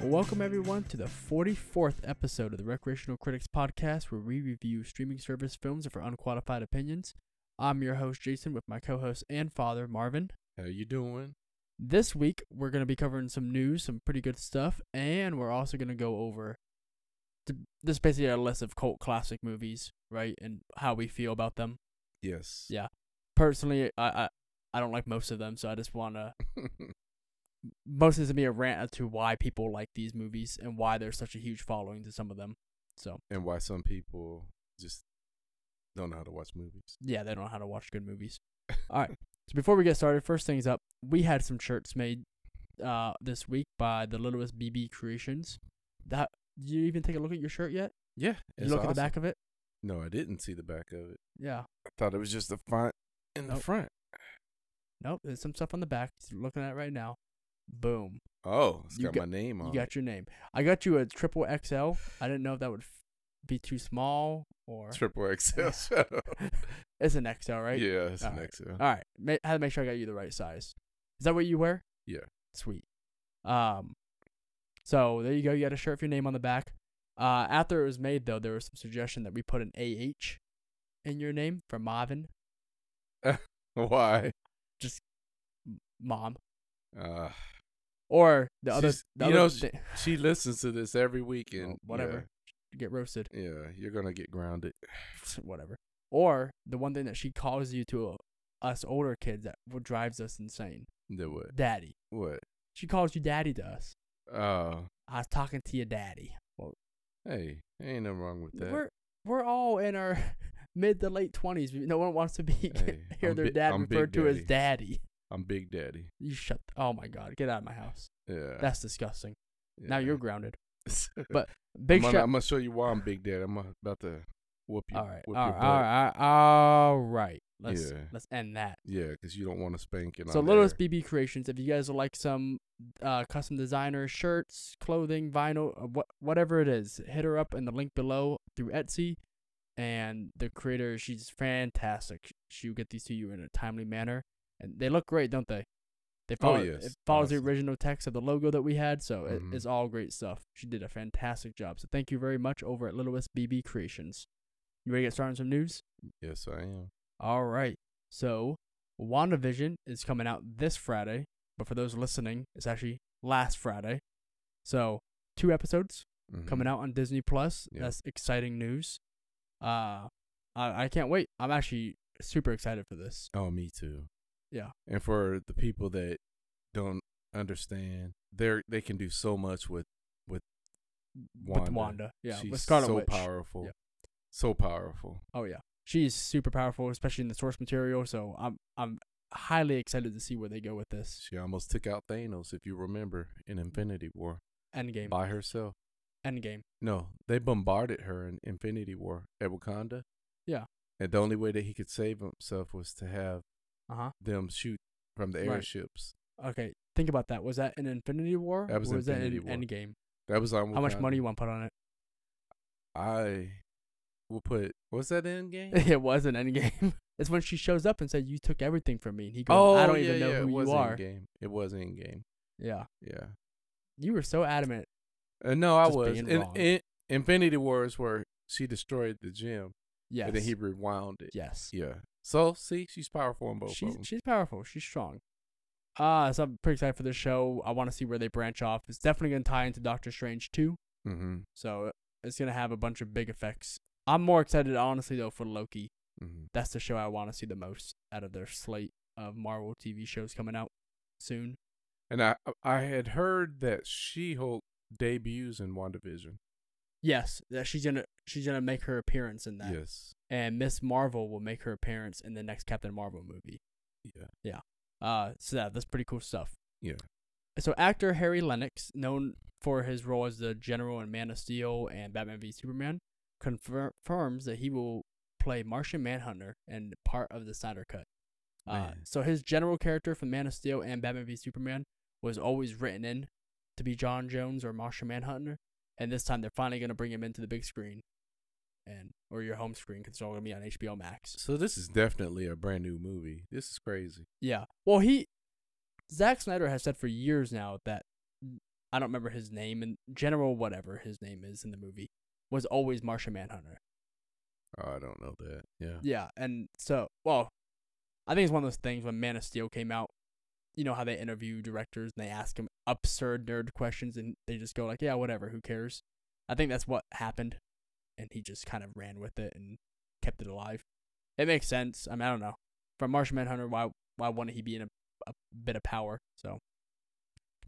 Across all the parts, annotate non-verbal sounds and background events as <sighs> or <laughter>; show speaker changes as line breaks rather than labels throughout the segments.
Well, welcome everyone to the 44th episode of the Recreational Critics Podcast, where we review streaming service films of our unqualified opinions. I'm your host, Jason, with my co host and father, Marvin.
How you doing?
This week, we're going to be covering some news, some pretty good stuff, and we're also going to go over th- this is basically our list of cult classic movies, right? And how we feel about them.
Yes.
Yeah. Personally, I, I, I don't like most of them, so I just want to mostly it's gonna be a rant as to why people like these movies and why there's such a huge following to some of them. So
<laughs> and why some people just don't know how to watch movies. <laughs>
yeah, they don't know how to watch good movies. All right. So before we get started, first things up, we had some shirts made uh this week by the Littlest BB Creations. That did you even take a look at your shirt yet?
Yeah.
Did
it's
you look at the
awesome.
back of it?
No, I didn't see the back of it.
Yeah.
I thought it was just the font in the
Nope.
front.
Nope. There's some stuff on the back. He's looking at it right now. Boom.
Oh, it's
You
got,
got-
my name on.
You
it.
got your name. I got you a triple XL. I didn't know if that would f- be too small or
Triple XL.
Yeah.
Shut up.
<laughs> it's an XL, right?
Yeah, it's
<laughs>
an
All right.
XL.
All right, ma- I had to make sure I got you the right size. Is that what you wear?
Yeah.
Sweet. Um, so there you go. You got a shirt with your name on the back. Uh, after it was made though, there was some suggestion that we put an AH in your name for Marvin,
Why?
mom,
Uh,
or the other.
She's-
The
you
other
know,
thi- <laughs>
she listens to this every
well,
weekend.
whatever. Get roasted. <laughs>
Yeah, yeah, you're gonna get grounded.
whatever. Or the one thing that she calls you to uh, us older kids that what drives us insane,
The what?
daddy.
What?
She calls you daddy to us.
Oh,
I was talking to your daddy. Well,
hey, ain't nothing wrong with that.
We're <laughs> we're all in our <laughs> mid to late twenties. No one wants to be
Hey,
<laughs> hear
I'm
their
bi-
dad
I'm big
referred to as daddy. <laughs>
I'm Big Daddy.
You shut. Oh my god, get out of my house.
Yeah.
That's disgusting. Now
Uh, yeah. <laughs>
you're grounded.
but
Big
I'm,
shout.
gonna, I'm gonna show you why I'm Big Daddy. I'm about to whoop you.
all right, all
whoop
right, all
your butt.
right, all right. Let's
Yeah.
let's end that.
Yeah, because you don't want to spank it.
So
on
Littlest
air.
BB Creations. If you guys would like some uh, custom designer shirts, clothing, vinyl, uh, what whatever it is, hit her up in the link below through Etsy. And the creator, she's fantastic. She'll get these to you in a timely manner, and they look great, don't they? They follow.
Oh, yes,
It follows the
honestly.
original text of the logo that we had, so it-
Mhm.
it's all great stuff. She did a fantastic job. So thank you very much over at Littlest BB Creations. You ready to get started on some news?
Yes, I am.
All right. So, WandaVision is coming out this Friday, but for those listening, it's actually last Friday. So, two episodes coming out on Disney Plus.
Mm-hmm. Yeah.
That's exciting news. Uh, I, I can't wait. I'm actually super excited for this.
Oh, me too.
Yeah.
And for the people that don't understand, they are they can do so much with with Wanda.
With Wanda. Yeah.
She's
with Scarlet
so
Witch.
powerful.
Yeah.
So powerful.
Oh yeah. She's super powerful, especially in the source material. So I'm I'm highly excited to see where they go with this
She almost took out Thanos, if you remember, in Infinity War
Endgame.
by herself.
Endgame.
No, they bombarded her in Infinity War at Wakanda.
Yeah.
And the only way that he could save himself was to have
Uh huh.
them shoot from the
Right.
airships.
Okay. Think about that. Was that an Infinity War?
That was
or was
Infinity
that
War.
an Endgame?
That was on.
How much
Wakanda.
money you want to put on it? <laughs>
I will put. What's that end
<laughs>
game? <laughs>
It was an Endgame. <laughs> it's when she shows up and says, "You took everything from me," and he goes, oh, "I don't even know
it
who
was
you are."
Game. It was in game.
Yeah,
Yeah.
you were so adamant.
Uh, no, I
Just
was.
being
In,
wrong.
in Infinity Wars, where she destroyed the gym,
Yes,
and then he rewound it. <laughs>
yes,
Yeah. So see, she's powerful in both of
she's
them.
she's powerful. She's strong. Ah, so I'm pretty excited for this show. I want to see where they branch off. It's definitely gonna tie into Doctor Strange too,
mm-hmm.
so it's gonna have a bunch of big effects. I'm more excited, honestly, though, for Loki.
Mm-hmm.
That's the show I want to see the most out of their slate of Marvel TV shows coming out soon.
And I uh, I had heard that She Hulk debuts in WandaVision.
Yes, that she's gonna she's gonna make her appearance in that.
Yes.
and Miss Marvel will make her appearance in the next Captain Marvel movie.
Yeah.
Uh, so that that's pretty cool stuff.
Yeah.
So actor Harry Lennox, known for his role as the General in Man of Steel and Batman v Superman, confir- confirms that he will play Martian Manhunter and part of the Snyder Cut. Uh,
Man.
so his general character from Man of Steel and Batman v Superman was always written in to be John Jones or Martian Manhunter, and this time they're finally gonna bring him into the big screen, and or your home screen because it's all gonna be on HBO Max.
So this is definitely a brand new movie. This is crazy.
Yeah. Well, he Zack Snyder has said for years now that I don't remember his name, and General whatever his name is in the movie was always Martian Manhunter.
Oh, I don't know that. Yeah.
Yeah, and so well, I think it's one of those things when Man of Steel came out. You know how they interview directors and they ask them absurd nerd questions, and they just go like, "Yeah, whatever, who cares." I think that's what happened, and he just kind of ran with it and kept it alive. It makes sense. I mean, I don't know. From Martian Manhunter, why why wouldn't he be in a, a bit of power? So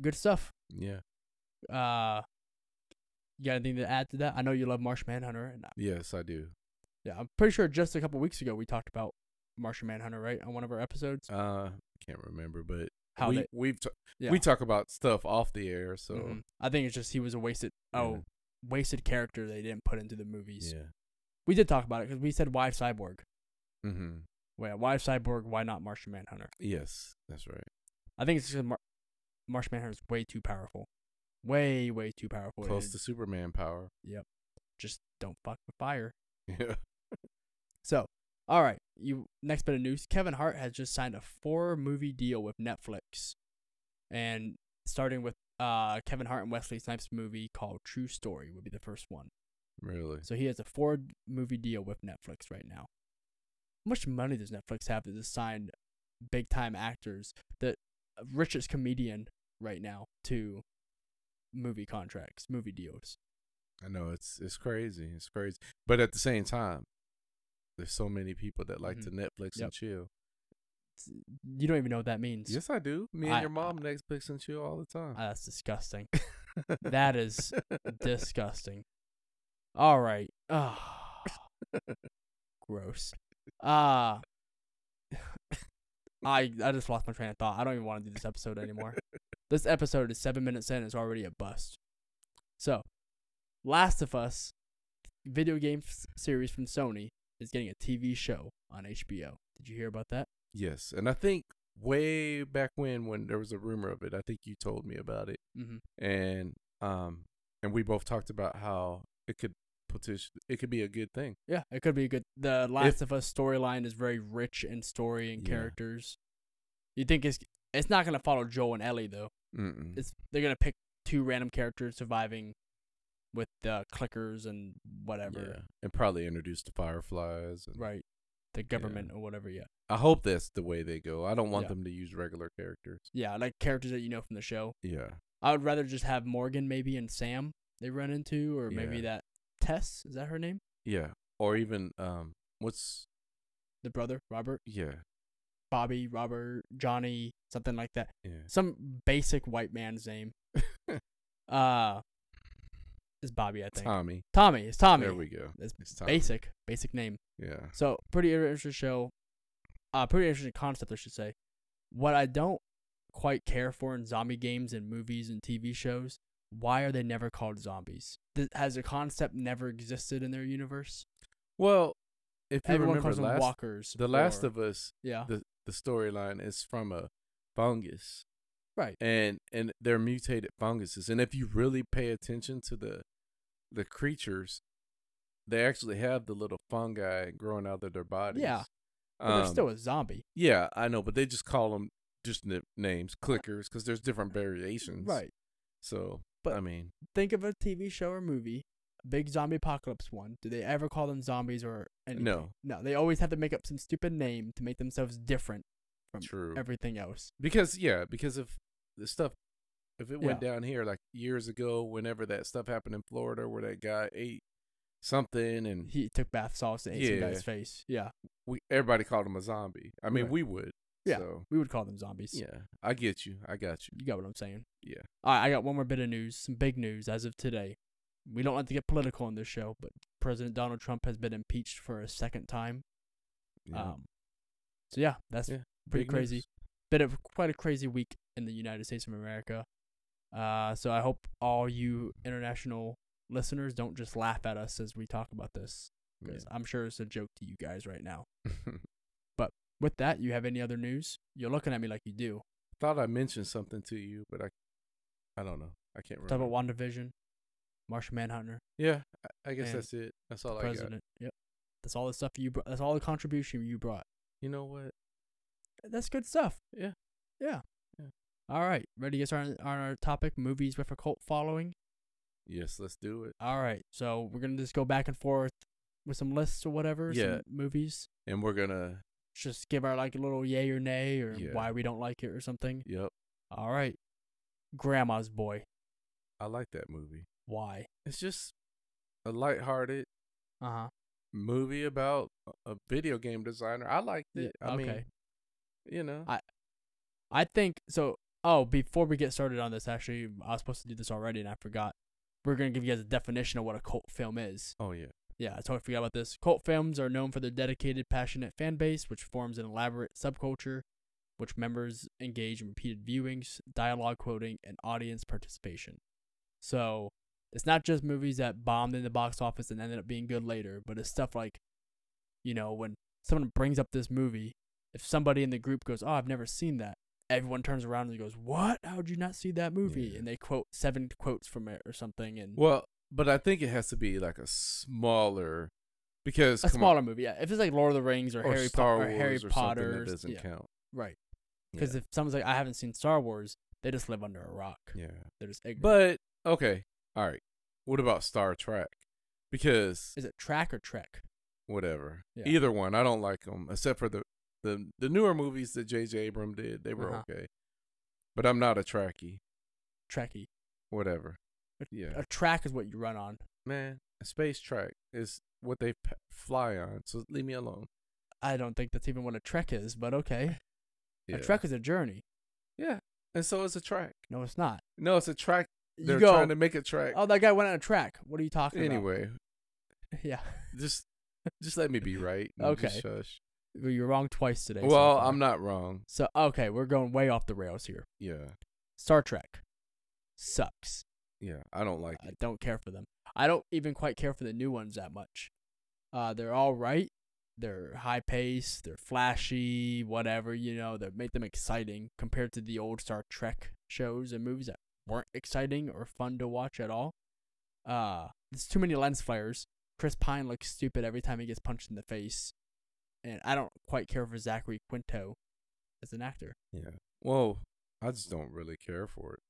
good stuff.
Yeah.
Uh, you got anything to add to that? I know you love Martian Manhunter, and I-
Yes, I do.
yeah, I'm pretty sure just a couple weeks ago we talked about Martian Manhunter, right, on one of our episodes.
Uh, can't remember, but
How
we
they,
we've t-
yeah.
we talk about stuff off the air, so
Mhm. I think it's just he was a wasted
Yeah.
oh wasted character they didn't put into the movies.
yeah.
We did talk about it because we said why Cyborg.
Mm-hmm.
Well, why Cyborg? Why not Martian Manhunter?
Yes, that's right.
I think it's because Mar- Martian Manhunter is way too powerful, way way too powerful. and
Close
it
to Superman power. <laughs>
just don't fuck with fire.
Yeah.
So, all right, you next bit of news: Kevin Hart has just signed a four movie deal with Netflix, and starting with uh Kevin Hart and Wesley Snipes movie called True Story would be the first one.
Really.
So he has a four movie deal with Netflix right now. How much money does Netflix have to just sign big time actors, the richest comedian right now, to movie contracts, movie deals?
I know it's it's crazy. It's crazy. But at the same time, there's so many people that like to Netflix
Mm-hmm. Yep.
and chill.
It's- You don't even know what that means.
Yes, I do. Me and
I-
your mom Netflix and chill all the <laughs> time.
Ah, that's disgusting. that is disgusting. All right. Oh, gross. Uh I I just lost my train of thought. I don't even want to do this episode anymore. this episode is seven minutes in. It's already a bust. So, Last of Us, video game s- series from Sony, is getting a TV show on HBO. Did you hear about that?
Yes, and I think way back when when there was a rumor of it, I think you told me about it,
Mm-hmm.
and um, and we both talked about how it could potential it could be a good thing.
Yeah, it could be a good. The Last
If-
of Us storyline is very rich in story and
Yeah.
characters. You think it's it's not gonna follow Joel and Ellie though.
Mm-mm.
It's they're gonna pick two random characters surviving with uh, clickers and whatever,
Yeah, and probably introduce the fireflies. And
right? The government or whatever. Yeah,
I hope that's the way they go. I don't want
Yeah.
them to use regular characters.
yeah, like characters that you know from the show.
Yeah,
I would rather just have Morgan maybe and Sam they run into, or maybe
Yeah.
that Tess is that her name?
yeah, or even um, what's
The brother Robert,
yeah,
Bobby, Robert, Johnny, something like that.
yeah,
some basic white man's
<laughs>
name. uh is Bobby, I think.
Tommy.
Tommy. It's Tommy.
There we go.
It's
It's Tommy.
basic, basic name.
Yeah,
So pretty interesting show. Uh, pretty interesting concept, I should say. What I don't quite care for in zombie games and movies and TV shows, why are they never called zombies? Th- has the concept never existed in their universe?
well, if you
Everyone
remember
calls them
last
walkers.
the Last
or-
of Us,
yeah,
the the storyline is from a fungus.
right.
and and they're mutated funguses and if you really pay attention to the the creatures they actually have the little fungi growing out of their bodies
Yeah, But they're
Um,
still a zombie,
yeah i know but they just call them just n- names clickers because there's different variations
right?
so but
But-
i mean
think of a TV show or movie, a big zombie apocalypse one. Do they ever call them zombies or anything?
no
No, they always have to make up some stupid name to make themselves different from
true
everything else.
because yeah because if the stuff if it went
Yeah.
down here like years ago whenever that stuff happened in florida where that guy ate something and
He took bath salts and ate some
Mm. Yeah.
guy's face. Yeah,
we everybody called him a zombie i mean
Right.
we would
Yeah.
so
we would call them zombies.
Yeah, I get you. I got you.
You got what I'm saying?
Yeah.
All right, I got one more bit of news, some big news as of today. We don't like to get political on this show, but President Donald Trump has been impeached for a second time.
Yeah.
Um, so yeah, that's
Yeah,
pretty
Big
crazy.
news.
bit of quite a crazy week in the United States of America. Uh, so I hope all you international listeners don't just laugh at us as we talk about this, because I'm sure it's a joke to you guys right now.
Yeah.
With that, you have any other news? You're looking at me like you do.
<laughs> Thought I mentioned something to you, but I, I don't know. I can't remember.
Talk about WandaVision, Martian Manhunter,
Yeah, I, I guess
And
that's it. That's all I got.
President. Yep, that's all the stuff you. Br- that's all the contribution you brought.
You know what?
That's good stuff.
Yeah.
Yeah.
Yeah.
All right, ready to get started on our topic: movies with a cult following.
Yes, let's do it.
All right, so we're gonna just go back and forth with some lists or whatever.
Yeah.
Some movies.
And we're gonna.
Just give our like a little yay or nay or
Yeah.
why we don't like it or something.
Yep,
All right. Grandma's Boy.
I like that movie.
Why?
It's just a lighthearted
Uh huh.
movie about a- a video game designer. I liked
Yeah,
it. I mean,
okay.
you know,
I- I think so. Oh, before we get started on this, actually, I was supposed to do this already and I forgot. We're gonna give you guys a definition of what a cult film is.
oh yeah,
Yeah, I totally forgot about this. Cult films are known for their dedicated, passionate fan base, which forms an elaborate subculture, which members engage in repeated viewings, dialogue quoting, and audience participation. So it's not just movies that bombed in the box office and ended up being good later, but it's stuff like, you know, when someone brings up this movie, if somebody in the group goes, "Oh, I've never seen that," everyone turns around and goes, "What? How did you not see that movie?"
Yeah.
And they quote seven quotes from it or something, and
Well, but I think it has to be like a smaller, because
a
come
smaller
on,
movie. Yeah, if it's like Lord of the Rings or,
or
Harry
Star
Potter or
Wars
Harry
or
Potter,
something that doesn't
yeah,
count.
right.
Yeah.
Because if someone's like, I haven't seen Star Wars, they just live under a rock. <laughs>
yeah,
They're just ignorant.
but okay, all right. What about Star Trek? Because
is it track or trek?
whatever,
Yeah.
either one, I don't like them except for the the the newer movies that J.J. Abrams did. They were
Uh-huh.
okay, but I'm not a Trekkie.
Trekkie.
Whatever. Yeah.
A track is what you run on.
man, a space track is what they p- fly on. So leave me alone.
I don't think that's even what a trek is, but okay.
Yeah.
A trek is a journey.
Yeah. And so it's a track.
No, it's not.
No, it's a track. They're
you go.
trying to make a track.
oh, that guy went on a track. What are you talking about?
anyway,
Anyway. <laughs> Yeah.
just just let me be right. and just
Okay.
shush.
Well, You're wrong twice today. so
Well,
far.
I'm not wrong.
So, okay, we're going way off the rails here.
Yeah.
Star Trek sucks.
Yeah. I don't like
I
it.
don't care for them. I don't even quite care for the new ones that much. Uh, they're all right. They're high paced. They're flashy. Whatever you know, that make them exciting compared to the old Star Trek shows and movies that weren't exciting or fun to watch at all. Uh, there's too many lens flares. Chris Pine looks stupid every time he gets punched in the face, and I don't quite care for Zachary Quinto as an actor.
Yeah. Well, I just don't really care for it.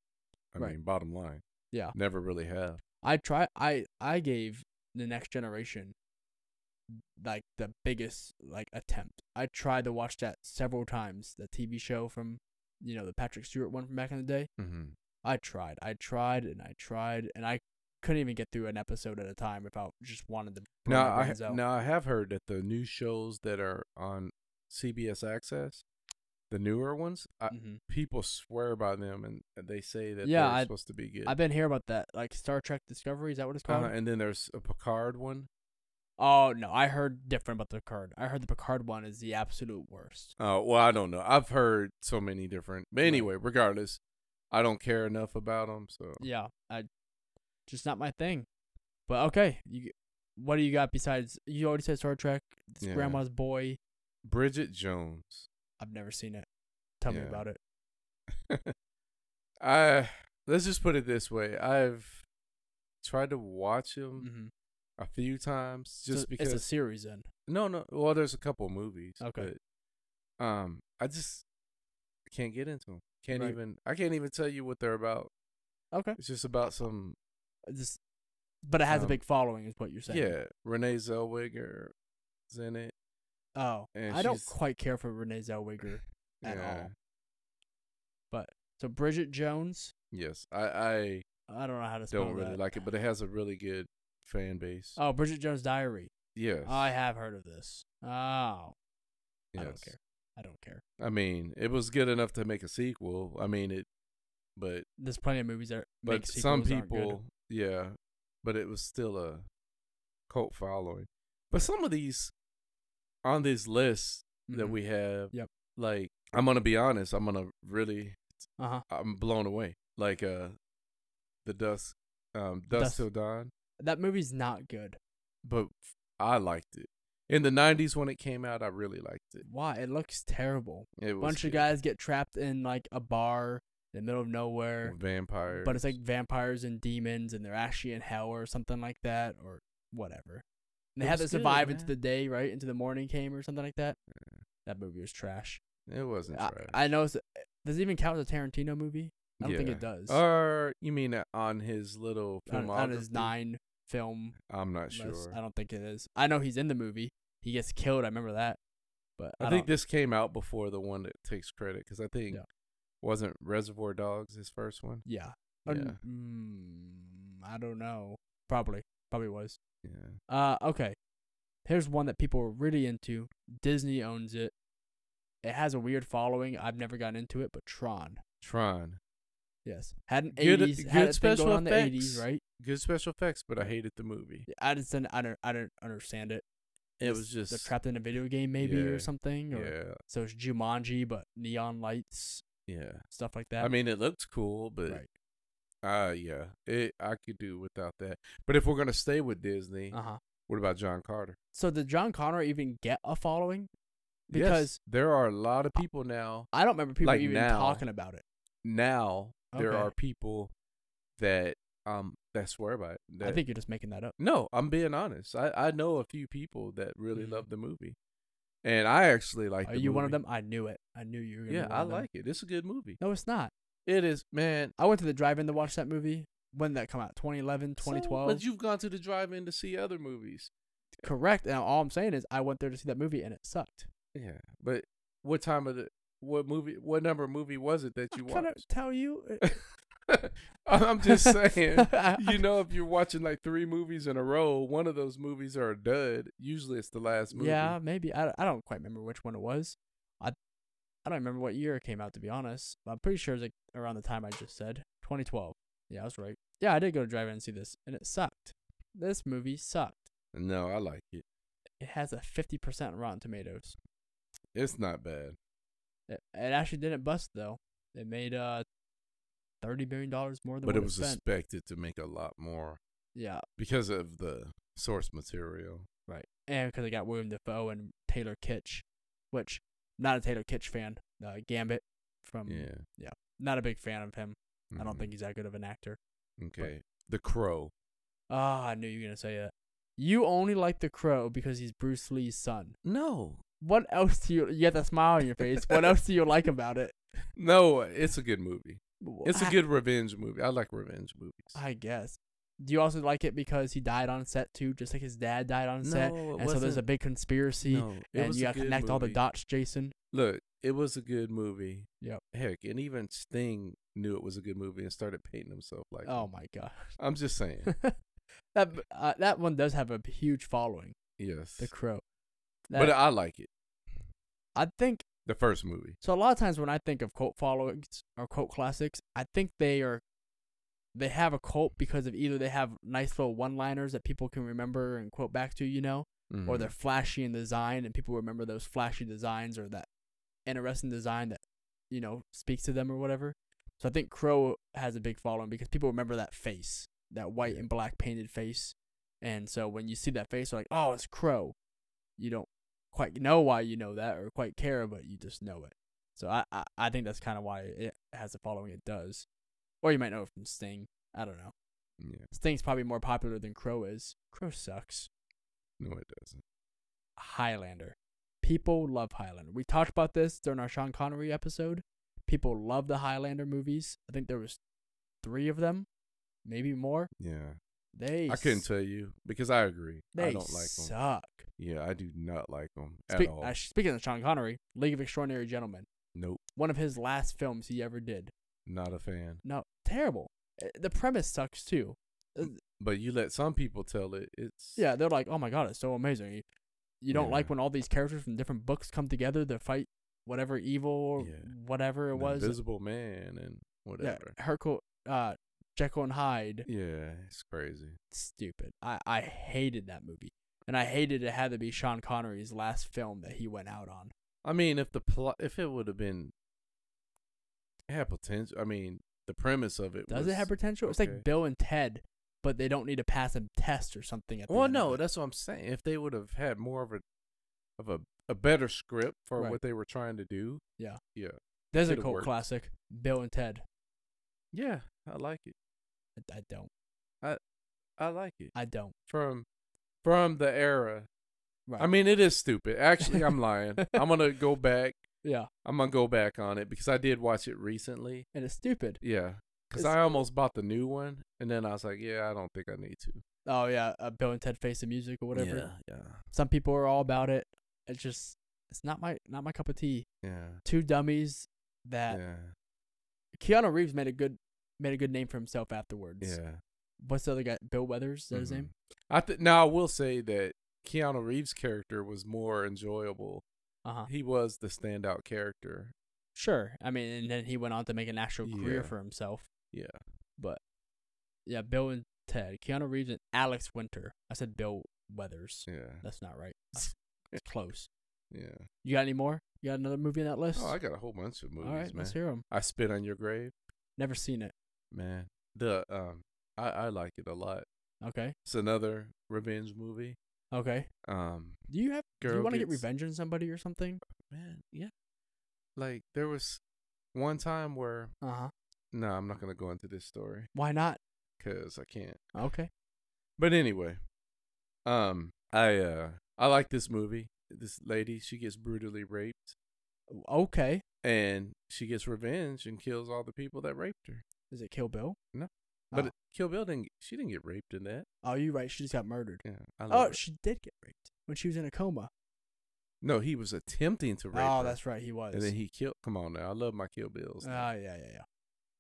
I
Right.
mean, bottom line.
Yeah.
Never really have.
I try I I gave the next generation like the biggest like attempt. I tried to watch that several times, the TV show from you know, the Patrick Stewart one from back in the day.
Mm-hmm.
I tried. I tried and I tried and I couldn't even get through an episode at a time if I just wanted to burn
Now
my
I
brains out.
now I have heard that the new shows that are on CBS Access, the newer ones, I,
Mhm.
people swear by them and they say that
Yeah,
they're
I-
supposed to be good.
I've been hearing about that, like Star Trek Discovery, is that what it's called?
Uh-huh, and then there's a Picard one.
Oh no, I heard different about the Picard. I heard the Picard one is the absolute worst.
Oh well, I don't know. I've heard so many different. But
Right.
anyway, regardless, I don't care enough about them. So
yeah, I just not my thing. But okay, you what do you got besides you already said Star Trek, it's
Yeah.
Grandma's Boy.
Bridget Jones.
I've never seen it. Tell me
Yeah.
about it.
I let's just put it this way. I've tried to watch them
Mm-hmm.
a few times Um, just because
it's a series then.
No, no. Well, there's a couple movies.
Okay.
but, um, I just can't get into them. Can't
Right.
even. I can't even tell you what they're about.
Okay.
It's just about some.
Just but it has a
Um,
big following is what you're saying.
Yeah, Renee Zellweger's in it.
Oh.
And
I don't
she's-
quite care for Renee
<laughs>
Zellweger. At
yeah.
all. So Bridget Jones,
Yes, I I
I don't know how to spell
don't really
that.
like it, but it has a really good fan base.
Oh, Bridget Jones Diary.
yes.
I have heard of this. Oh.
yes.
I don't care. I don't care.
I mean, it was good enough to make a sequel. I mean it, but
There's plenty of movies that make
but some
sequels aren't good.
people yeah but it was still a cult following but some of these on this list that
Mhm.
we have
Yep.
like i'm gonna be honest i'm gonna really
uh-huh.
i'm blown away like uh the dusk um dusk,
Dusk.
till dawn
That movie's not good.
but i liked it in the 90s when it came out i really liked it
Why? It looks terrible.
it
A
was
bunch of
good.
guys get trapped in like a bar in the middle of nowhere,
vampires
but it's like vampires and demons, and they're actually in hell or something like that, or whatever. And they
It
have to
was good,
survive into
man.
the day, right? Into the morning came or something like that. That movie was trash.
it wasn't
I,
trash.
I know it's, Does it even count as a Tarantino movie? I don't think it does.
Or you mean uh, on his little
On,
film?
on his nine film
I'm not sure.
list, I don't think it is. I know he's in the movie. He gets killed. I remember that. But
I,
I,
think
don't-
this came out before the one that takes credit because I think
Yeah.
wasn't Reservoir Dogs his first one.
yeah.
yeah,
Un- mm, I don't know. Probably. Probably was.
yeah.
Uh, okay. Here's one that people were really into. Disney owns it. It has a weird following. I've never gotten into it, but Tron.
Tron,
Yes, had an
Good-
eighties,
good
had a thing
special
going on in the eighties,
effects.
right?
good special effects, but I hated the movie.
I just didn't, I don't, I don't understand it.
It was
They're
just
trapped in a video game, maybe
Yeah,
or something. Or,
yeah,
So it's Jumanji, but neon lights,
yeah.
stuff like that.
I mean, it looks cool, but
right?
uh, yeah, it I could do without that. But if we're gonna stay with Disney,
Uh huh.
what about John Carter?
So did John Connor even get a following?
Yes,
Because-
there are a lot of people now.
I don't remember people
Like
even
now.
talking about it.
Now there
Okay.
are people that um that swear by it.
I
that-
think you're just making that up.
No, I'm being honest. I, I know a few people that really
Mhm.
love the movie, and I actually like.
Are
the
you one of
movie.
them? I knew it. I knew you were. Gonna
Yeah,
be one
I
of them.
like it. It's a good movie.
No, it's not.
It is, man.
I went to the drive-in to watch that movie. When did that come out? 2011,
so-
2012.
but you've gone to the drive-in to see other movies.
Correct. Now all I'm saying is I went there to see that movie and it sucked.
Yeah, but what time of the what movie? What number of movie was it that you
I couldn't
watched?
tell you.
I'm <laughs> just saying.
<laughs> I-
You know, if you're watching like three movies in a row, one of those movies are a dud. Usually, it's the last movie.
Yeah, maybe. I, I don't quite remember which one it was. I I don't remember what year it came out to be honest. But I'm pretty sure it was like around the time I just said, 2012. Yeah, I was right. Yeah, I did go to drive-in and see this, and it sucked. This movie sucked.
No, I like it.
It has a 50% Rotten Tomatoes.
It's not bad.
It, it actually didn't bust though. It made uh 30 billion dollars more than
But
what
it was
spent.
expected to make a lot more.
yeah,
because of the source material.
Right. And because they got William Defoe and Taylor Kitsch, which not a Taylor Kitsch fan. Uh, Gambit from
yeah,
not a big fan of him. Um, I don't
mhm,
think he's that good of an actor.
Okay, The Crow.
Ah, I knew you were gonna say that. You only like The Crow because he's Bruce Lee's son.
No,
What else do you? You got that smile on your face. What else do you like about it?
no, it's a good movie. <laughs> It's a
I-
good revenge movie. I like revenge movies.
I guess. Do you also like it because he died on set too, just like his dad died on set?
No, it
And so there's a
wasn't-
big conspiracy,
no, it
and
was
you
a
gotta
good
connect all the
movie.
dots, Jason.
Look, it was a good movie.
Yep.
Heck, and even Sting knew it was a good movie and started painting himself like.
Oh
it.
my god.
I'm
<laughs>
just saying.
that uh, that one does have a b- huge following.
yes,
The Crow.
but uh,
That-
I like it.
I think
The first movie.
so. A lot of times when I think of cult followings or cult classics, I think they are they have a cult because of either they have nice little one-liners that people can remember and quote back to, you know, or
Mhm.
they're flashy in design and people remember those flashy designs or that interesting design that you know speaks to them or whatever. So I think Crow has a big following because people remember that face, that white and black painted face, and so when you see that face, you're like, oh, it's Crow. You don't quite know why you know that or quite care, but you just know it. So I I, I think that's kind of why it has the following it does, or you might know it from Sting. I don't know.
Mm-hmm. Yeah,
Sting's probably more popular than Crow is. Crow sucks.
no, it doesn't.
Highlander. People love Highlander. We talked about this during our Sean Connery episode. People love the Highlander movies. I think there was three of them, maybe more.
Yeah,
They
I couldn't
s-
tell you because I agree.
They
I don't like them.
suck.
Yeah, I do not like them at
Speak-
all.
uh, speaking of Sean Connery, League of Extraordinary Gentlemen,
nope,
one of his last films he ever did.
not a fan.
No, terrible. Uh, The premise sucks too.
But you let some people tell it. It's
Yeah, they're like, oh my god, it's so amazing. You, you don't like
Yeah.
when all these characters from different books come together to fight whatever evil or
Yeah.
whatever it
an
was.
Invisible Man and
<laughs>
whatever.
Yeah, Hercule, uh, Jekyll and Hyde.
Yeah, it's crazy.
Stupid. I, I hated that movie. And I hated it had to be Sean Connery's last film that he went out on.
I mean, if the plot, if it would have been, it had potential. I mean, the premise of it
Does
was,
it have potential? It's
okay.
like Bill and Ted, but they don't need to pass a test or something. At the
Well,
end of
no,
it.
that's what I'm saying. If they would have had more of a, of a, a better script for
Right.
what they were trying to do.
Yeah.
Yeah.
there's a
could've
cult
worked.
classic, Bill and Ted.
Yeah, I like it.
I, I don't.
I like it
I don't.
from, from the era.
Right. <laughs>
I mean, it is stupid. Actually, I'm lying. I'm gonna go back
Yeah,
I'm gonna go back on it because I did watch it recently.
and it's stupid.
Yeah, because
It's-
I almost bought the new one, and then I was like, yeah, I don't think I need to.
Oh yeah, uh, Bill and Ted Face the Music or whatever.
Yeah,
Some people are all about it. It's just it's not my not my cup of tea.
yeah,
Two dummies
yeah,
that
yeah,
Keanu Reeves made a good made a good name for himself afterwards.
yeah.
What's the other guy? Bill Weathers. Is that his
Mhm.
name?
I th- now I will say that Keanu Reeves' character was more enjoyable.
Uh huh.
He was the standout character.
Sure. I mean, and then he went on to make an actual career
Yeah.
for himself.
Yeah.
But yeah, Bill and Ted, Keanu Reeves and Alex Winter. I said Bill Weathers.
Yeah,
That's not right. That's it's close.
yeah.
You got any more? You got another movie on that list?
Oh, I got a whole bunch of movies,
All right,
man.
let's hear them.
I spit on your grave,
Never seen it.
man. The um, I I like it a lot.
Okay.
It's another revenge movie.
Okay.
Um,
Do you have? do
Girl
you want to get
gets-
revenge on somebody or something?
man, yeah. Like there was one time where
Uh huh.
no, I'm not gonna go into this story
Why not?
because I can't.
Okay.
But anyway, um, I uh, I like this movie. This lady, she gets brutally raped,
Okay.
and she gets revenge and kills all the people that raped her.
Is it Kill Bill?
But
Oh.
it- Kill Bill didn't. She didn't get raped in that.
Oh, you're right. She just got murdered.
Yeah, I
Oh,
love it.
she did get raped when she was in a coma.
no, he was attempting to rape
Oh,
her,
that's right. He was.
and then he killed. Come on now, I love my Kill Bills.
Oh,
now.
yeah, yeah, yeah.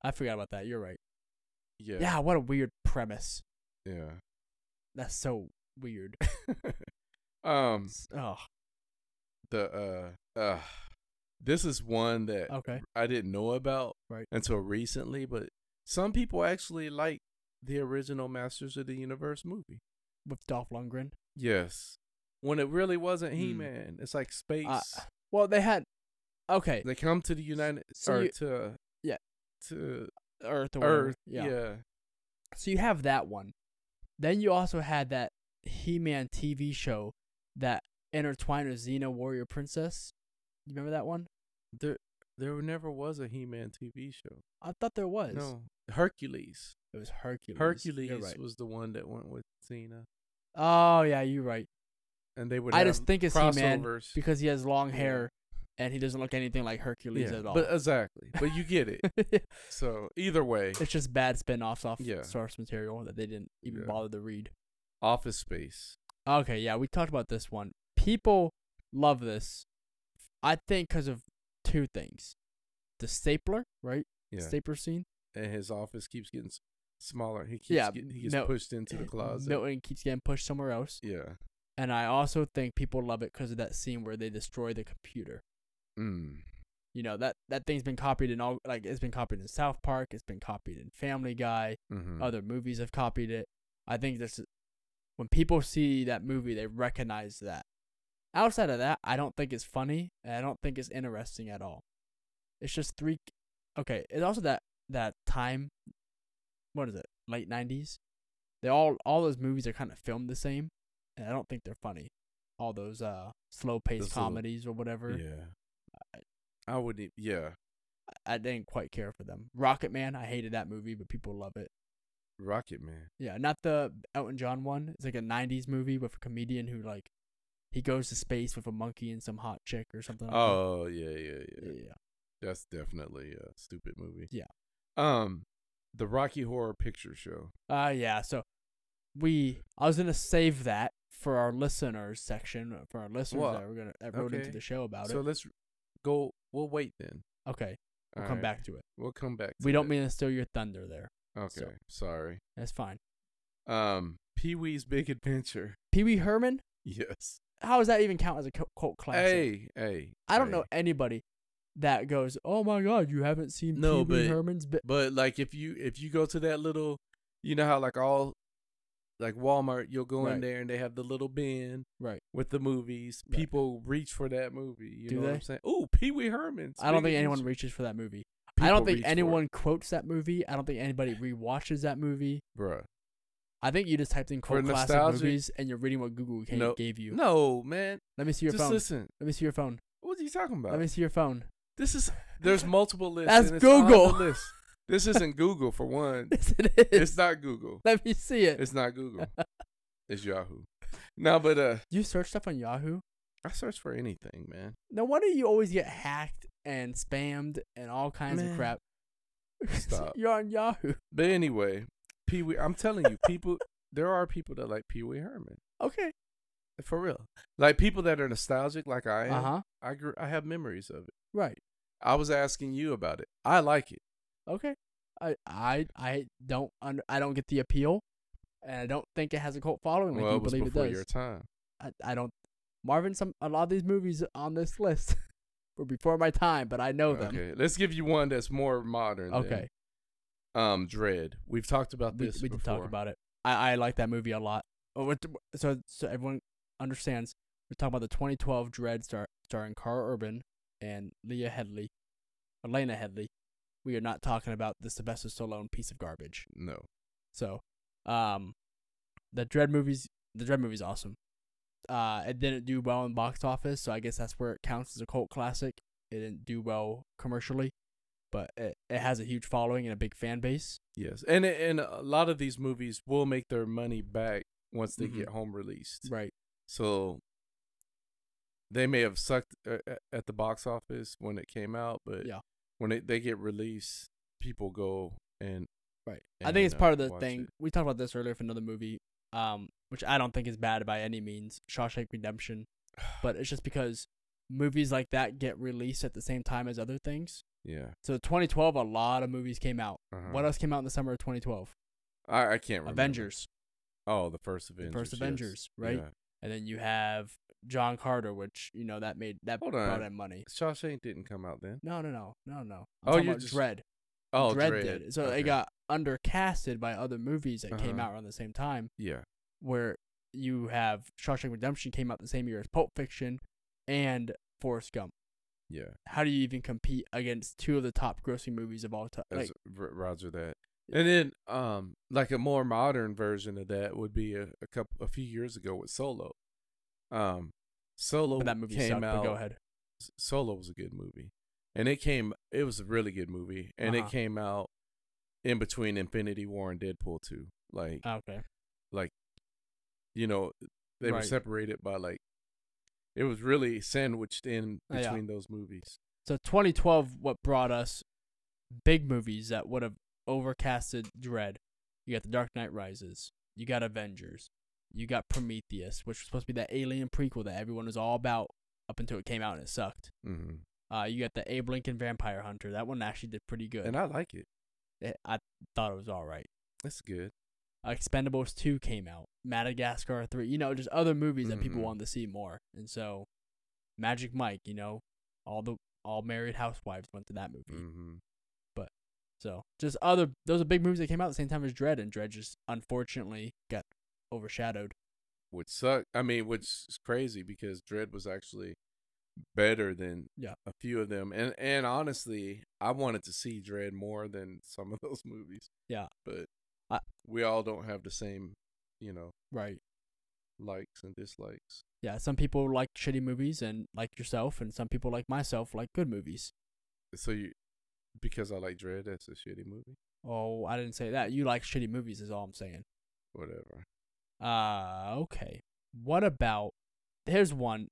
I forgot about that. You're right.
yeah,
Yeah. what a weird premise.
yeah.
That's so weird.
Mm-hmm.
<laughs>
um,
S- oh,
the uh, uh, this is one that
okay.
I didn't know about
Oh. Right.
until recently, but some people actually like the original Masters of the Universe movie.
With Dolph Lundgren.
Yes. When it really wasn't
Hmm.
He Man. It's like space.
Well, they had. Okay.
they come to the United
so
or
you-
to
yeah.
to
Earth or whatever.
Earth. Yeah. yeah.
So you have that one. Then you also had that He Man TV show that intertwined with Xena Warrior Princess. You remember that one?
There there never was a He Man TV show.
I thought there was.
No. Hercules.
It was Hercules.
Hercules
You're right.
was the one that went with Cena.
Oh, yeah, you're right.
And they would
I
have
just think it's He-Man
crossovers.
Because he has long
Yeah.
hair and he doesn't look anything like Hercules
Yeah,
at all.
But exactly. But you
<laughs>
get it.
it's
so either way,
just bad spin offs off
Yeah.
source material that they didn't even
Yeah.
bother to read.
Office Space.
Okay, yeah, we talked about this one. People love this, I think, because of two things the stapler, right?
Yeah.
Stapler scene.
and his office keeps getting s- smaller. He keeps
Yeah,
getting, he gets
Mil-
pushed into the closet.
Milton keeps getting pushed somewhere else.
Yeah.
And I also think people love it because of that scene where they destroy the computer.
Mm.
You know, that, that thing's been copied in all, like, it's been copied in South Park, it's been copied in Family Guy.
Mm-hmm.
other movies have copied it. I think this when people see that movie, they recognize that. Outside of that, I don't think it's funny, and I don't think it's interesting at all. It's just three. Okay, it's also that that time. What is it? Late nineties. They all all those movies are kind of filmed the same, and I don't think they're funny. All those uh slow paced
Those little-
comedies or whatever.
yeah. I wouldn't. e- Yeah.
I, I didn't quite care for them. Rocket Man, I hated that movie, but people love it.
Rocket Man.
Yeah, not the Elton John one. It's like a '90s movie with a comedian who like he goes to space with a monkey and some hot chick or something. Like
Oh yeah, yeah,
that.
yeah.
Mm-hmm. yeah, yeah.
That's definitely a stupid movie.
Yeah.
Um, the Rocky Horror Picture Show.
Uh, yeah. So we, I was gonna save that for our listeners section for our listeners
Well,
that were gonna that wrote into
okay.
the show about
so
it.
let's go. We'll wait then.
Okay, we'll
All
come
right.
back to it.
We'll come back.
we
to
don't
that.
mean to steal your thunder there.
Okay.
so-
Sorry.
That's fine.
Um, Pee Wee's Big Adventure. <laughs>
Pee Wee Herman.
Yes.
How does that even count as a cult cult classic?
Hey, hey.
I don't
hey.
know anybody that goes, "Oh my God, you haven't seen
No,
Pee Wee
but-
Herman's." Bi-.
But like if you if you go to that little, you know how like all, like Walmart, you'll go
Right.
in there and they have the little bin
Right.
with the movies.
Right.
People reach for that movie. You
Do
know what I'm
they?
saying? Ooh, Pee Wee Herman.
I don't
Speaking
think
of
anyone
which,
reaches for that movie. I don't
people
think
reach for it.
anyone quotes that movie. I don't think anybody rewatches that movie.
Bruh.
I think you just typed in
For
quote classic
nostalgic-
movies and you're reading what Google ca-
No.
gave you.
No, man.
Let me see your
Just
phone.
listen.
Let me see your phone.
What are you talking about?
Let me see your phone. <laughs>
this is there's multiple lists.
That's
and it's on the
Google.
list. This isn't Google for
<laughs>
one.
Yes, it is.
It's not Google.
Let me see it. <laughs>
It's not Google. It's Yahoo. No, but uh
you search stuff on Yahoo?
I search for anything, man.
No wonder you always get hacked and spammed and all kinds of
Man.
crap. <laughs>
Stop.
You're on Yahoo.
But anyway, Pee Wee, I'm telling you, people, <laughs> there are people that like Pee Wee Herman
Okay.
for real. Like people that are nostalgic, like I am.
Uh huh.
I grew, I have memories of it.
Right.
I was asking you about it. I like it.
Okay. I I I don't under, I don't get the appeal, and I don't think it has a cult following like
well,
you
it was
believe it
before
does.
your time.
I, I don't. Marvin, some a lot of these movies on this list <laughs> were before my time, but I know them.
Okay, let's give you one that's more modern. then.
Oh, Okay,
Um, Dread. We've talked about
we,
this.
we did
before.
talk about it. I, I like that movie a lot. Oh, what, so so everyone understands. We're talking about the 2012 Dread star, starring Carl Urban and Leah Headley, Elena Headley. We are not talking about the Sylvester Stallone piece of garbage.
No.
So, um, the Dread movies, the Dread movie's awesome. Uh, it didn't do well in box office, so I guess that's where it counts as a cult classic. It didn't do well commercially, but it, it has a huge following and a big fan base.
Yes, and it- and a lot of these movies will make their money back once they
Mhm.
get home released.
Right.
So they may have sucked uh, uh, at the box office when it came out, but
Yeah.
when it, they get released, people go and
Right. I think it's
and, uh,
part of the
watch
thing.
it.
We talked about this earlier for another movie, um, which I don't think is bad by any means, Shawshank Redemption.
<sighs>
But it's just because movies like that get released at the same time as other things.
yeah.
So 2012, a lot of movies came out.
uh-huh.
What else came out in the summer of 2012?
I, I can't remember.
Avengers.
Oh, the first Avengers.
first
yes.
Avengers, right?
Yeah.
and then you have John Carter, which you know that made that
Hold
brought
on.
in money.
Shawshank didn't come out then.
No, no, no, no, no. I'm
Oh,
talking
you're
about
just-
Dread.
Oh,
Dread,
Dread,
did. So
Okay.
it got undercasted by other movies that came
Uh-huh.
out around the same time.
yeah.
Where you have Shawshank Redemption came out the same year as Pulp Fiction and Forrest Gump.
Yeah.
How do you even compete against two of the top grossing movies of all time?
That's
Like,
r- Roger that. And then, um, like a more modern version of that would be a, a couple a few years ago with Solo. Um, Solo
but that movie
came
sucked. But
out.
go ahead.
S- Solo was a good movie, and it came. It was a really good movie, and
Uh-huh.
it came out in between Infinity War and Deadpool two. Like
Okay.
you know, they were
Right.
separated by like. It was really sandwiched in
Uh, yeah.
between those movies.
So 2012, what brought us big movies that would have overcasted Dread. You got The Dark Knight Rises. You got Avengers. You got Prometheus, which was supposed to be that alien prequel that everyone was all about up until it came out and it sucked.
Mm-hmm.
Uh, you got the Abe Lincoln Vampire Hunter. That one actually did pretty good.
And I like it.
It- I thought it was all right.
That's good.
Uh, Expendables 2 came out. Madagascar 3. You know, just other movies that people
Mhm.
wanted to see more. And so, Magic Mike, you know, all the all married housewives went to that movie.
Mm-hmm.
So just other those are big movies that came out at the same time as Dread, and Dread just unfortunately got overshadowed.
which sucked. I mean, which is crazy because Dread was actually better than
Yeah.
a few of them. And and honestly, I wanted to see Dread more than some of <laughs> those movies.
Yeah.
but
I-
we all don't have the same, you know,
Right.
likes and dislikes.
Yeah. Some people like shitty movies and like yourself, and some people like myself like good movies.
So you, because I like Dread, that's a shitty movie.
Oh, I didn't say that. You like shitty movies is all I'm saying.
Whatever.
Uh okay. What about here's one,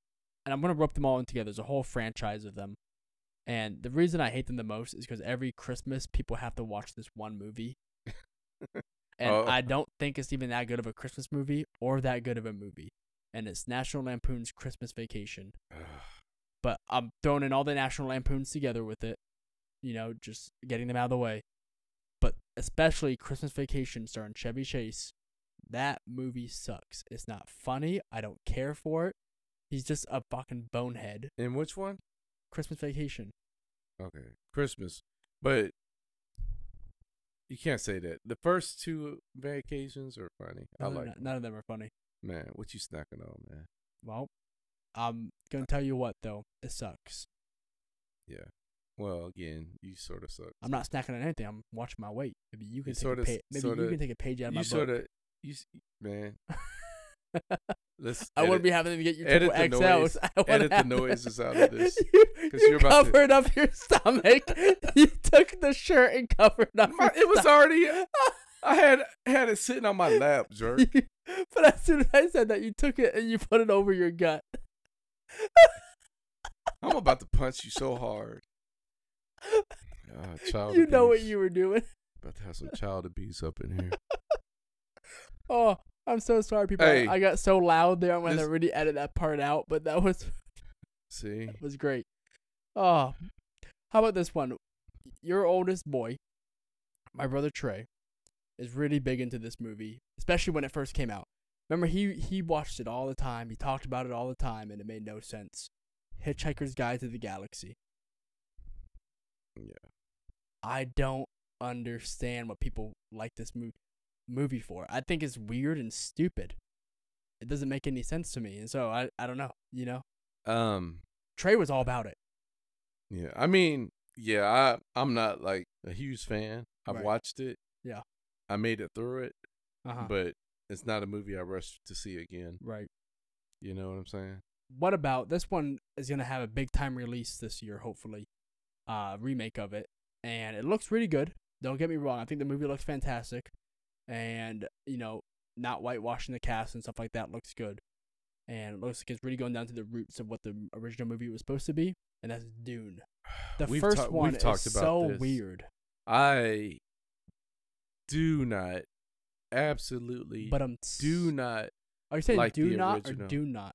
and I'm gonna rope them all in together. There's a whole franchise of them. And the reason I hate them the most is because every Christmas people have to watch this one movie. and
Oh.
I don't think it's even that good of a Christmas movie or that good of a movie. And it's National Lampoon's Christmas Vacation. But I'm throwing in all the National Lampoons together with it, you know, just getting them out of the way. But especially Christmas Vacation starring Chevy Chase. That movie sucks. It's not funny. I don't care for it. He's just a fucking bonehead.
and which one?
Christmas Vacation.
Okay, Christmas, but. You can't say that. The first two vacations are funny. I
None,
like
of, none of them are funny.
man. What you snacking on, man?
Well, I'm gonna tell you what though, it sucks.
Yeah. Well, again, you sort of suck.
I'm not snacking on anything. I'm watching my weight. Maybe you can take
sorta
a
s-
page. Maybe
sorta-
you can take a page out of my
you sort
book.
of you s- man. Let's.
<laughs> I wouldn't
edit-
be having to get your
edit
triple
the
XLs.
noise-
<laughs> I wouldn't
edit the
have-
noises out of this,
<laughs> you
'cause
you
you're about to-
covered up your stomach. <laughs> you took the shirt and covered up.
My-
your
it was already. uh,
<laughs>
I had had it sitting on my lap, jerk.
stomach. but as soon as I said that, you took it and you put it over your gut.
I'm about to punch you so hard.
<laughs>
Ah, child
you know what
abuse.
you were doing.
about to have some child abuse up in
<laughs>
here.
Oh, I'm so sorry, people.
Hey.
I got so loud there. I'm gonna
This-
really edit that part out, but that was
See,
that was great. Oh, how about this one? Your oldest boy, my brother Trey, is really big into this movie, especially when it first came out. Remember, he he watched it all the time. He talked about it all the time, and it made no sense. Hitchhiker's Guide to the Galaxy.
Yeah.
I don't understand what people like this movie movie for. I think it's weird and stupid. It doesn't make any sense to me, and so I I don't know. You know,
um,
Trey was all about it.
yeah. I mean, yeah. I I'm not like a huge fan. I've
Right.
watched it.
Yeah.
I made it through it,
Uh-huh.
but it's not a movie I rush to see again.
right.
You know what I'm saying?
what about this one is going to have a big time release this year hopefully uh remake of it and it looks really good don't get me wrong i think the movie looks fantastic and you know not whitewashing the cast and stuff like that looks good and it looks like it's really going down to the roots of what the original movie was supposed to be and that's
<sighs>
dune the
We've
first
ta-
one
we've talked
is
about
so
this.
weird
I do not, absolutely,
but uh, i'm
do not
are you saying
like
do
the
not or
original.
do not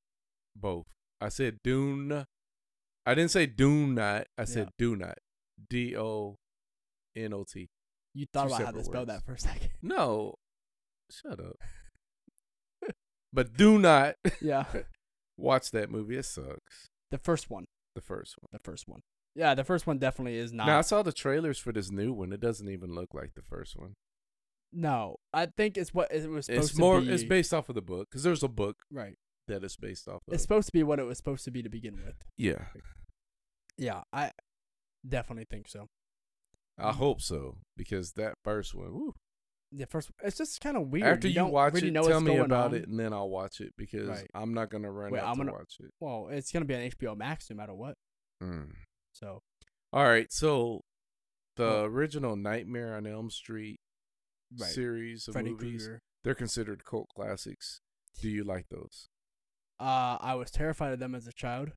both. I said Dune. I didn't say do not. I said do not. D O N O T.
you thought
Two
about how to
separate
spell
words.
that for a second <laughs>
No. Shut up. but do not <laughs>
yeah
watch that movie. It sucks.
the first one
The first one.
the first one yeah the first one definitely is not
Now I saw the trailers for this new one. It doesn't even look like the first one.
No, I think it's what it was supposed
It's more.
to be.
It's based off of the book because there's a book
right.
that it's based off of.
It's supposed to be what it was supposed to be to begin with.
yeah,
Yeah, I definitely think so.
I hope so because that first one. Woo,
The first, it's just kind of weird.
after you,
don't
watch
really
it,
know
tell
what's
me
going
about
on.
it, and then I'll watch it because
Right.
I'm not gonna run
Wait,
out
I'm
to
gonna-
watch it.
Well, it's gonna be on HBO Max no matter what.
Mm.
So
All right, so the
Well-
original Nightmare on Elm Street
right,
series of
Freddy
movies,
Krueger.
they're considered cult classics. Do you like those?
Uh, I was terrified of them as a child.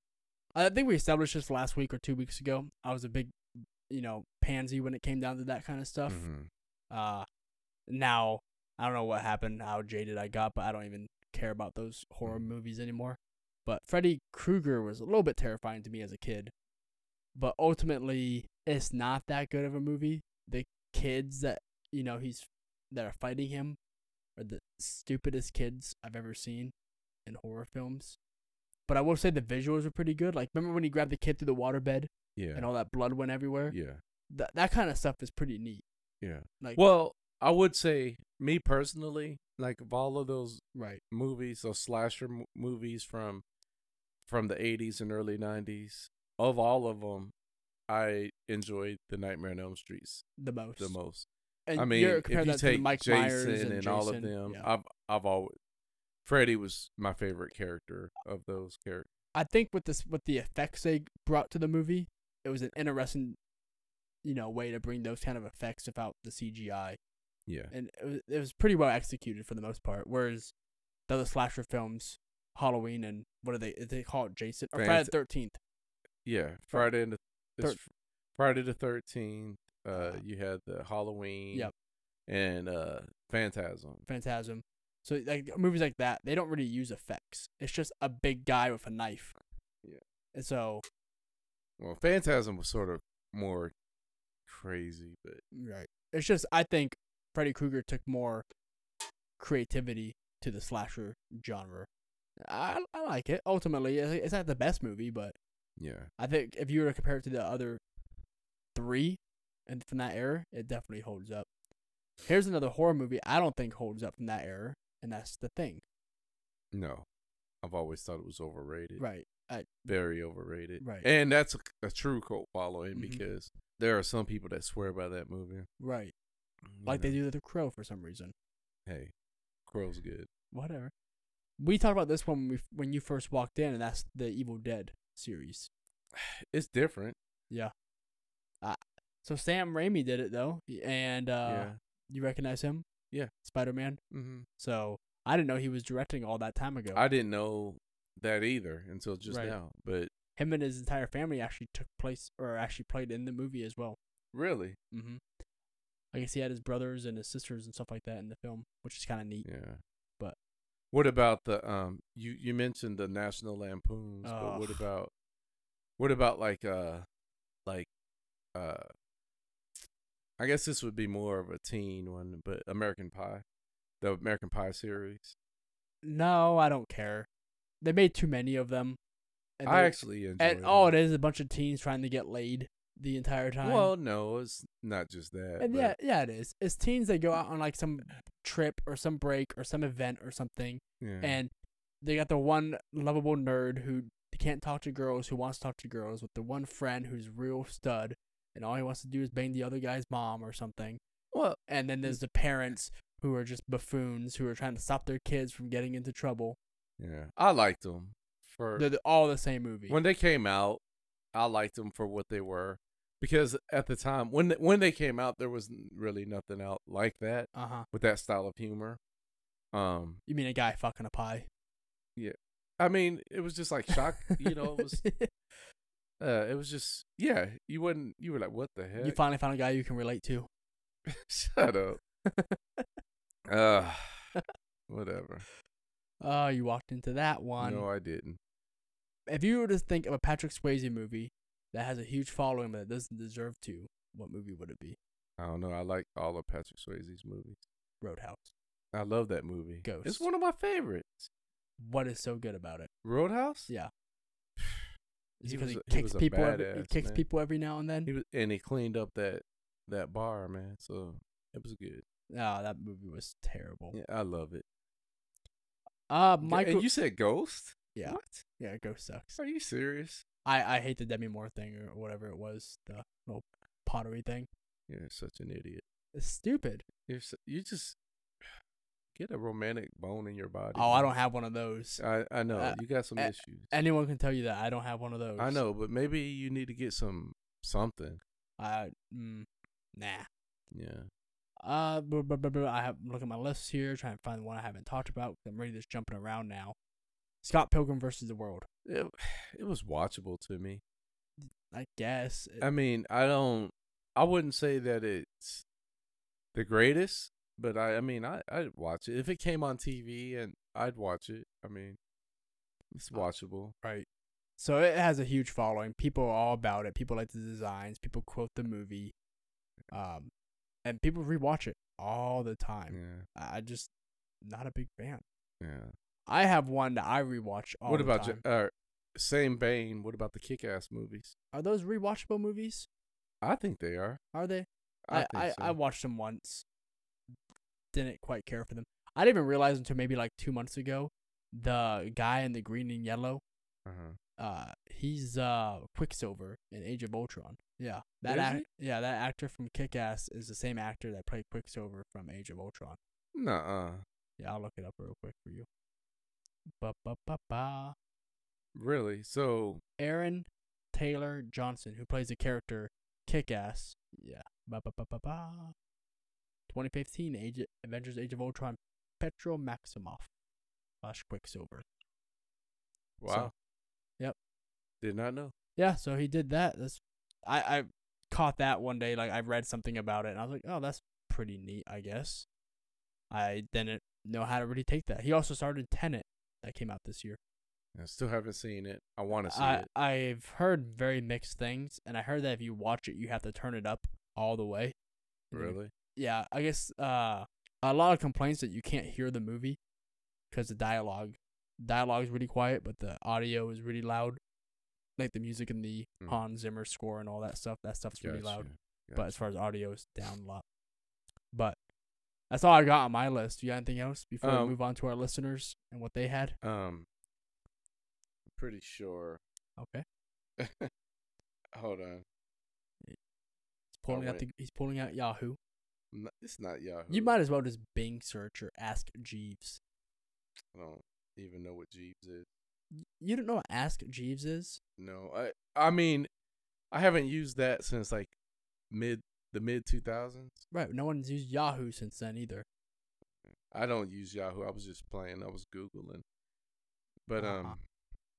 I think we established this last week or two weeks ago. I was a big, you know, pansy when it came down to that kind of stuff.
Mhm.
Uh, now I don't know what happened, how jaded I got, but I don't even care about those horror
Mm.
movies anymore. But Freddy Krueger was a little bit terrifying to me as a kid. But ultimately, it's not that good of a movie. The kids that you know he's that are fighting him are the stupidest kids I've ever seen in horror films. But I will say the visuals are pretty good. Like remember when he grabbed the kid through the waterbed
Yeah,
and all that blood went everywhere?
yeah,
That that kind of stuff is pretty neat.
yeah.
Like
Well, I would say me personally, like of all of those
right.
movies, those slasher m- movies from from the 80s and early 90s, of all of them, I enjoyed the Nightmare on Elm Streets
The most.
the most.
And
I mean,
you're
if
comparing
you
that to
take
Mike
Jason
Myers and,
and, all of
Jason,
them,
yeah.
I've I've always Freddy was my favorite character of those characters.
I think with this, with the effects they brought to the movie, it was an interesting, you know, way to bring those kind of effects without the CGI,
Yeah,
and it was, it was pretty well executed for the most part. Whereas the other slasher films, Halloween and what are they? They call it Jason or Friday
Fantas-
the Thirteenth.
yeah. Friday and the it's
Thir-
Fr- Friday the Thirteenth. Uh,
Uh,
you had the Halloween.
yep.
And uh, Phantasm.
Phantasm. So like movies like that, they don't really use effects. It's just a big guy with a knife.
Yeah.
And so
Well, Phantasm was sort of more crazy, but
Right. It's just I think Freddy Krueger took more creativity to the slasher genre. I I like it. Ultimately, it's it's not the best movie, but
yeah.
I think if you were to compare it to the other three, and from that era, it definitely holds up. Here's another horror movie I don't think holds up from that era, and that's The Thing.
No, I've always thought it was overrated.
Right. I,
Very overrated.
Right.
And that's a, a true cult following
Mhm.
because there are some people that swear by that movie.
right. Like they do The Crow for some reason.
Hey, Crow's good.
Whatever. We talked about this one when we when you first walked in, and that's the Evil Dead series.
It's different.
So Sam Raimi did it though, y- and uh, you recognize him?
Yeah.
Spider Man.
yeah. hmm
So I didn't know he was directing all that time ago.
I didn't know that either until just
Right.
now. But
Him and his entire family actually took place or actually played in the movie as well.
really,
Mm-hmm. I guess he had his brothers and his sisters and stuff like that in the film, which is kind of neat.
yeah.
But-
what about the um? You you mentioned the National Lampoons, but what
Ugh.
about what about like uh, like uh. I guess this would be more of a teen one, but American Pie, the American Pie series.
No, I don't care. They made too many of them. And
I
they're-
actually enjoy.
and all it is a bunch of teens trying to get laid the entire time.
Well, no, it's not just that.
And
but-
yeah, yeah, it is. It's teens that go out on like some trip or some break or some event or something,
yeah.
and they got the one lovable nerd who can't talk to girls, who wants to talk to girls, with the one friend who's real stud, and all he wants to do is bang the other guy's mom or something.
well,
And then there's the parents who are just buffoons who are trying to stop their kids from getting into trouble.
yeah, I liked them for
They're the, all the same movie.
when they came out. I liked them for what they were because at the time when th- when they came out, there was n- really nothing out like that
uh huh.
with that style of humor. Um,
You mean a guy fucking a pie?
I mean, it was just like shock. you know,
<laughs>
it was uh, it was just yeah. You wouldn't. You were like, what the heck?
you finally found a guy you can relate to.
<laughs> Shut
<laughs>
up. uh, whatever.
Oh, you walked into that one.
No, I didn't.
if you were to think of a Patrick Swayze movie that has a huge following but that doesn't deserve to, what movie would it be?
I don't know. I like all of Patrick Swayze's movies.
Roadhouse.
I love that movie. It's
Ghost.
one of my favorites.
What is so good about it?
Roadhouse.
Yeah. Is
He
it because
was
he,
a- he
kicks
was a
people? Every, he
badass,
kicks
man.
people every now and then.
He was, and he cleaned up that that bar, man. So it was good.
Ah, that movie was terrible.
Yeah, I love it.
Uh,
G-
Michael.
And you said Ghost?
yeah,
What?
yeah, Ghost sucks.
Are you serious?
I I hate the Demi Moore thing or whatever it was, the little pottery thing.
You're such an idiot.
It's stupid.
You're so, you just <sighs> get a romantic bone in your body.
Oh, I
man.
don't have one of those.
I I know
Uh,
you got some
uh,
issues.
Anyone can tell you that I don't have one of those.
I know, but maybe you need to get some something.
I mm, nah.
Yeah.
Uh, blah, blah, blah, blah. I have look at my list here, trying to find one I haven't talked about. 'cause I'm really just jumping around now. Scott Pilgrim versus the World.
It, <sighs> it was watchable to me.
I guess. It-
I mean, I don't. I wouldn't say that it's the greatest, but I. I mean, I. I'd watch it if it came on TV, and I'd watch it. I mean, it's
Oh,
watchable.
right. So it has a huge following. People are all about it. People like the designs. People quote the movie. Um, and people rewatch it all the time.
Yeah.
I I just not a big fan.
Yeah.
I have one that I rewatch all
what
the
about
time.
you? Uh, same vein. What about the Kick-Ass movies?
Are those rewatchable movies?
I think they are.
Are they? I
I.
I,
think so.
I watched them once. Didn't quite care for them. I didn't even realize until maybe like two months ago. The guy in the green and yellow,
uh-huh.
uh, he's uh Quicksilver in Age of Ultron. Yeah, that
Is
act- yeah that actor from Kick Ass is the same actor that played Quicksilver from Age of Ultron.
Nuh-uh.
Yeah, I'll look it up real quick for you. Ba ba ba ba.
Really? So
Aaron Taylor Johnson, who plays the character Kick Ass. Yeah. Ba ba ba ba ba. 2015 Age Avengers Age of Ultron Petro Maximoff slash Quicksilver.
wow.
yep.
Did not know.
Yeah, so he did that. That's I, I caught that one day, like I read something about it and I was like, Oh, that's pretty neat, I guess. I didn't know how to really take that. He also started Tenet that came out this year.
I still haven't seen it. I want to see
I,
it.
I've heard very mixed things, and I heard that if you watch it, you have to turn it up all the way. and you-
Really?
Yeah, I guess uh, a lot of complaints that you can't hear the movie because the dialogue, dialogue is really quiet, but the audio is really loud. Like the music and the
Mm.
Hans Zimmer score and all that stuff. That stuff's really loud.
Gotcha.
But as far as audio, it's down a lot. But that's all I got on my list. You got anything else before
Um,
we move on to our listeners and what they had?
Um, pretty sure.
Okay.
Hold on.
He's pulling out
Oh, wait.
the, he's pulling out Yahoo.
N- It's not Yahoo.
You might as well just Bing search or ask Jeeves.
I don't even know what Jeeves is.
Y- You don't know what Ask Jeeves is?
No, I. I mean, I haven't used that since like mid the mid two thousands.
Right. No one's used Yahoo since then either.
I don't use Yahoo. I was just playing. I was googling. But
Uh-huh.
um,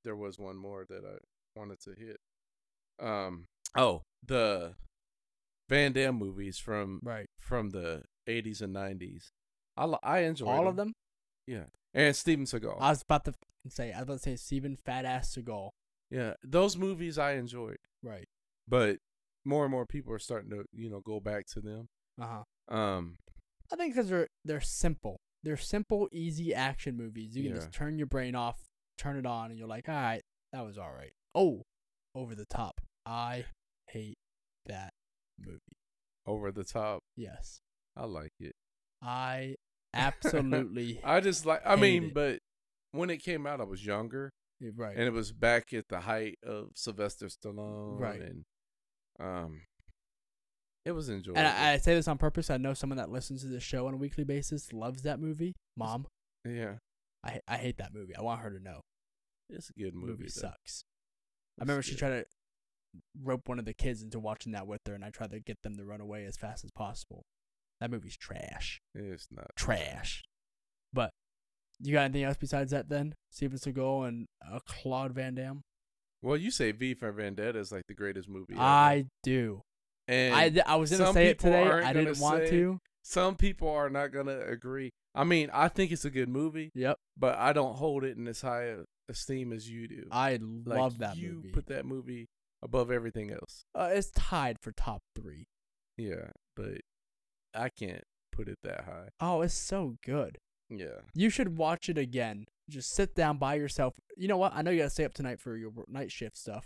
there was one more that I wanted to hit. Um, oh, the Van Damme movies from
Right.
from the 80s and 90s. I li- I enjoyed
All of them?
Yeah, and Steven Seagal.
I was about to f- say, I was about to say Steven Fat Ass Seagal.
yeah, those movies I enjoyed,
Right.
but more and more people are starting to you know go back to them.
Uh huh.
Um,
I think because they're they're simple. They're simple, easy action movies. You can
Yeah.
just turn your brain off, turn it on, and you're like, all right, that was all right. Oh, over the top. I hate that movie.
over the top.
Yes,
I like it. <laughs>
I absolutely
I just like. I
Hate
mean,
it.
but when it came out, I was younger,
Yeah, right.
and it was back at the height of Sylvester Stallone.
Right.
And um, it was enjoyable.
And I, I say this on purpose. I know someone that listens to this show on a weekly basis loves that movie. Mom,
yeah,
I I hate that movie. I want her to know.
it's a good
The
movie.
movie
though.
sucks. I
It's
remember she
good.
tried to rope one of the kids into watching that with her, and I tried to get them to run away as fast as possible. That movie's trash,
It's not.
trash. But you got anything else besides that? Then Steven Seagal and uh, Claude Van Damme.
Well, you say V for Vendetta is like the greatest movie. ever.
I do.
and
I, I was gonna
some
say it
people
today.
aren't
I
gonna
didn't want
say-
to.
some people are not gonna agree. I mean, I think it's a good movie,
Yep,
but I don't hold it in as high a- esteem as you do.
I
Like,
love that
you
movie.
put that movie above everything else.
uh, it's tied for top three.
Yeah, but I can't put it that high.
Oh, it's so good.
Yeah.
You should watch it again. Just sit down by yourself. You know what? I know you gotta stay up tonight for your wor- night shift stuff.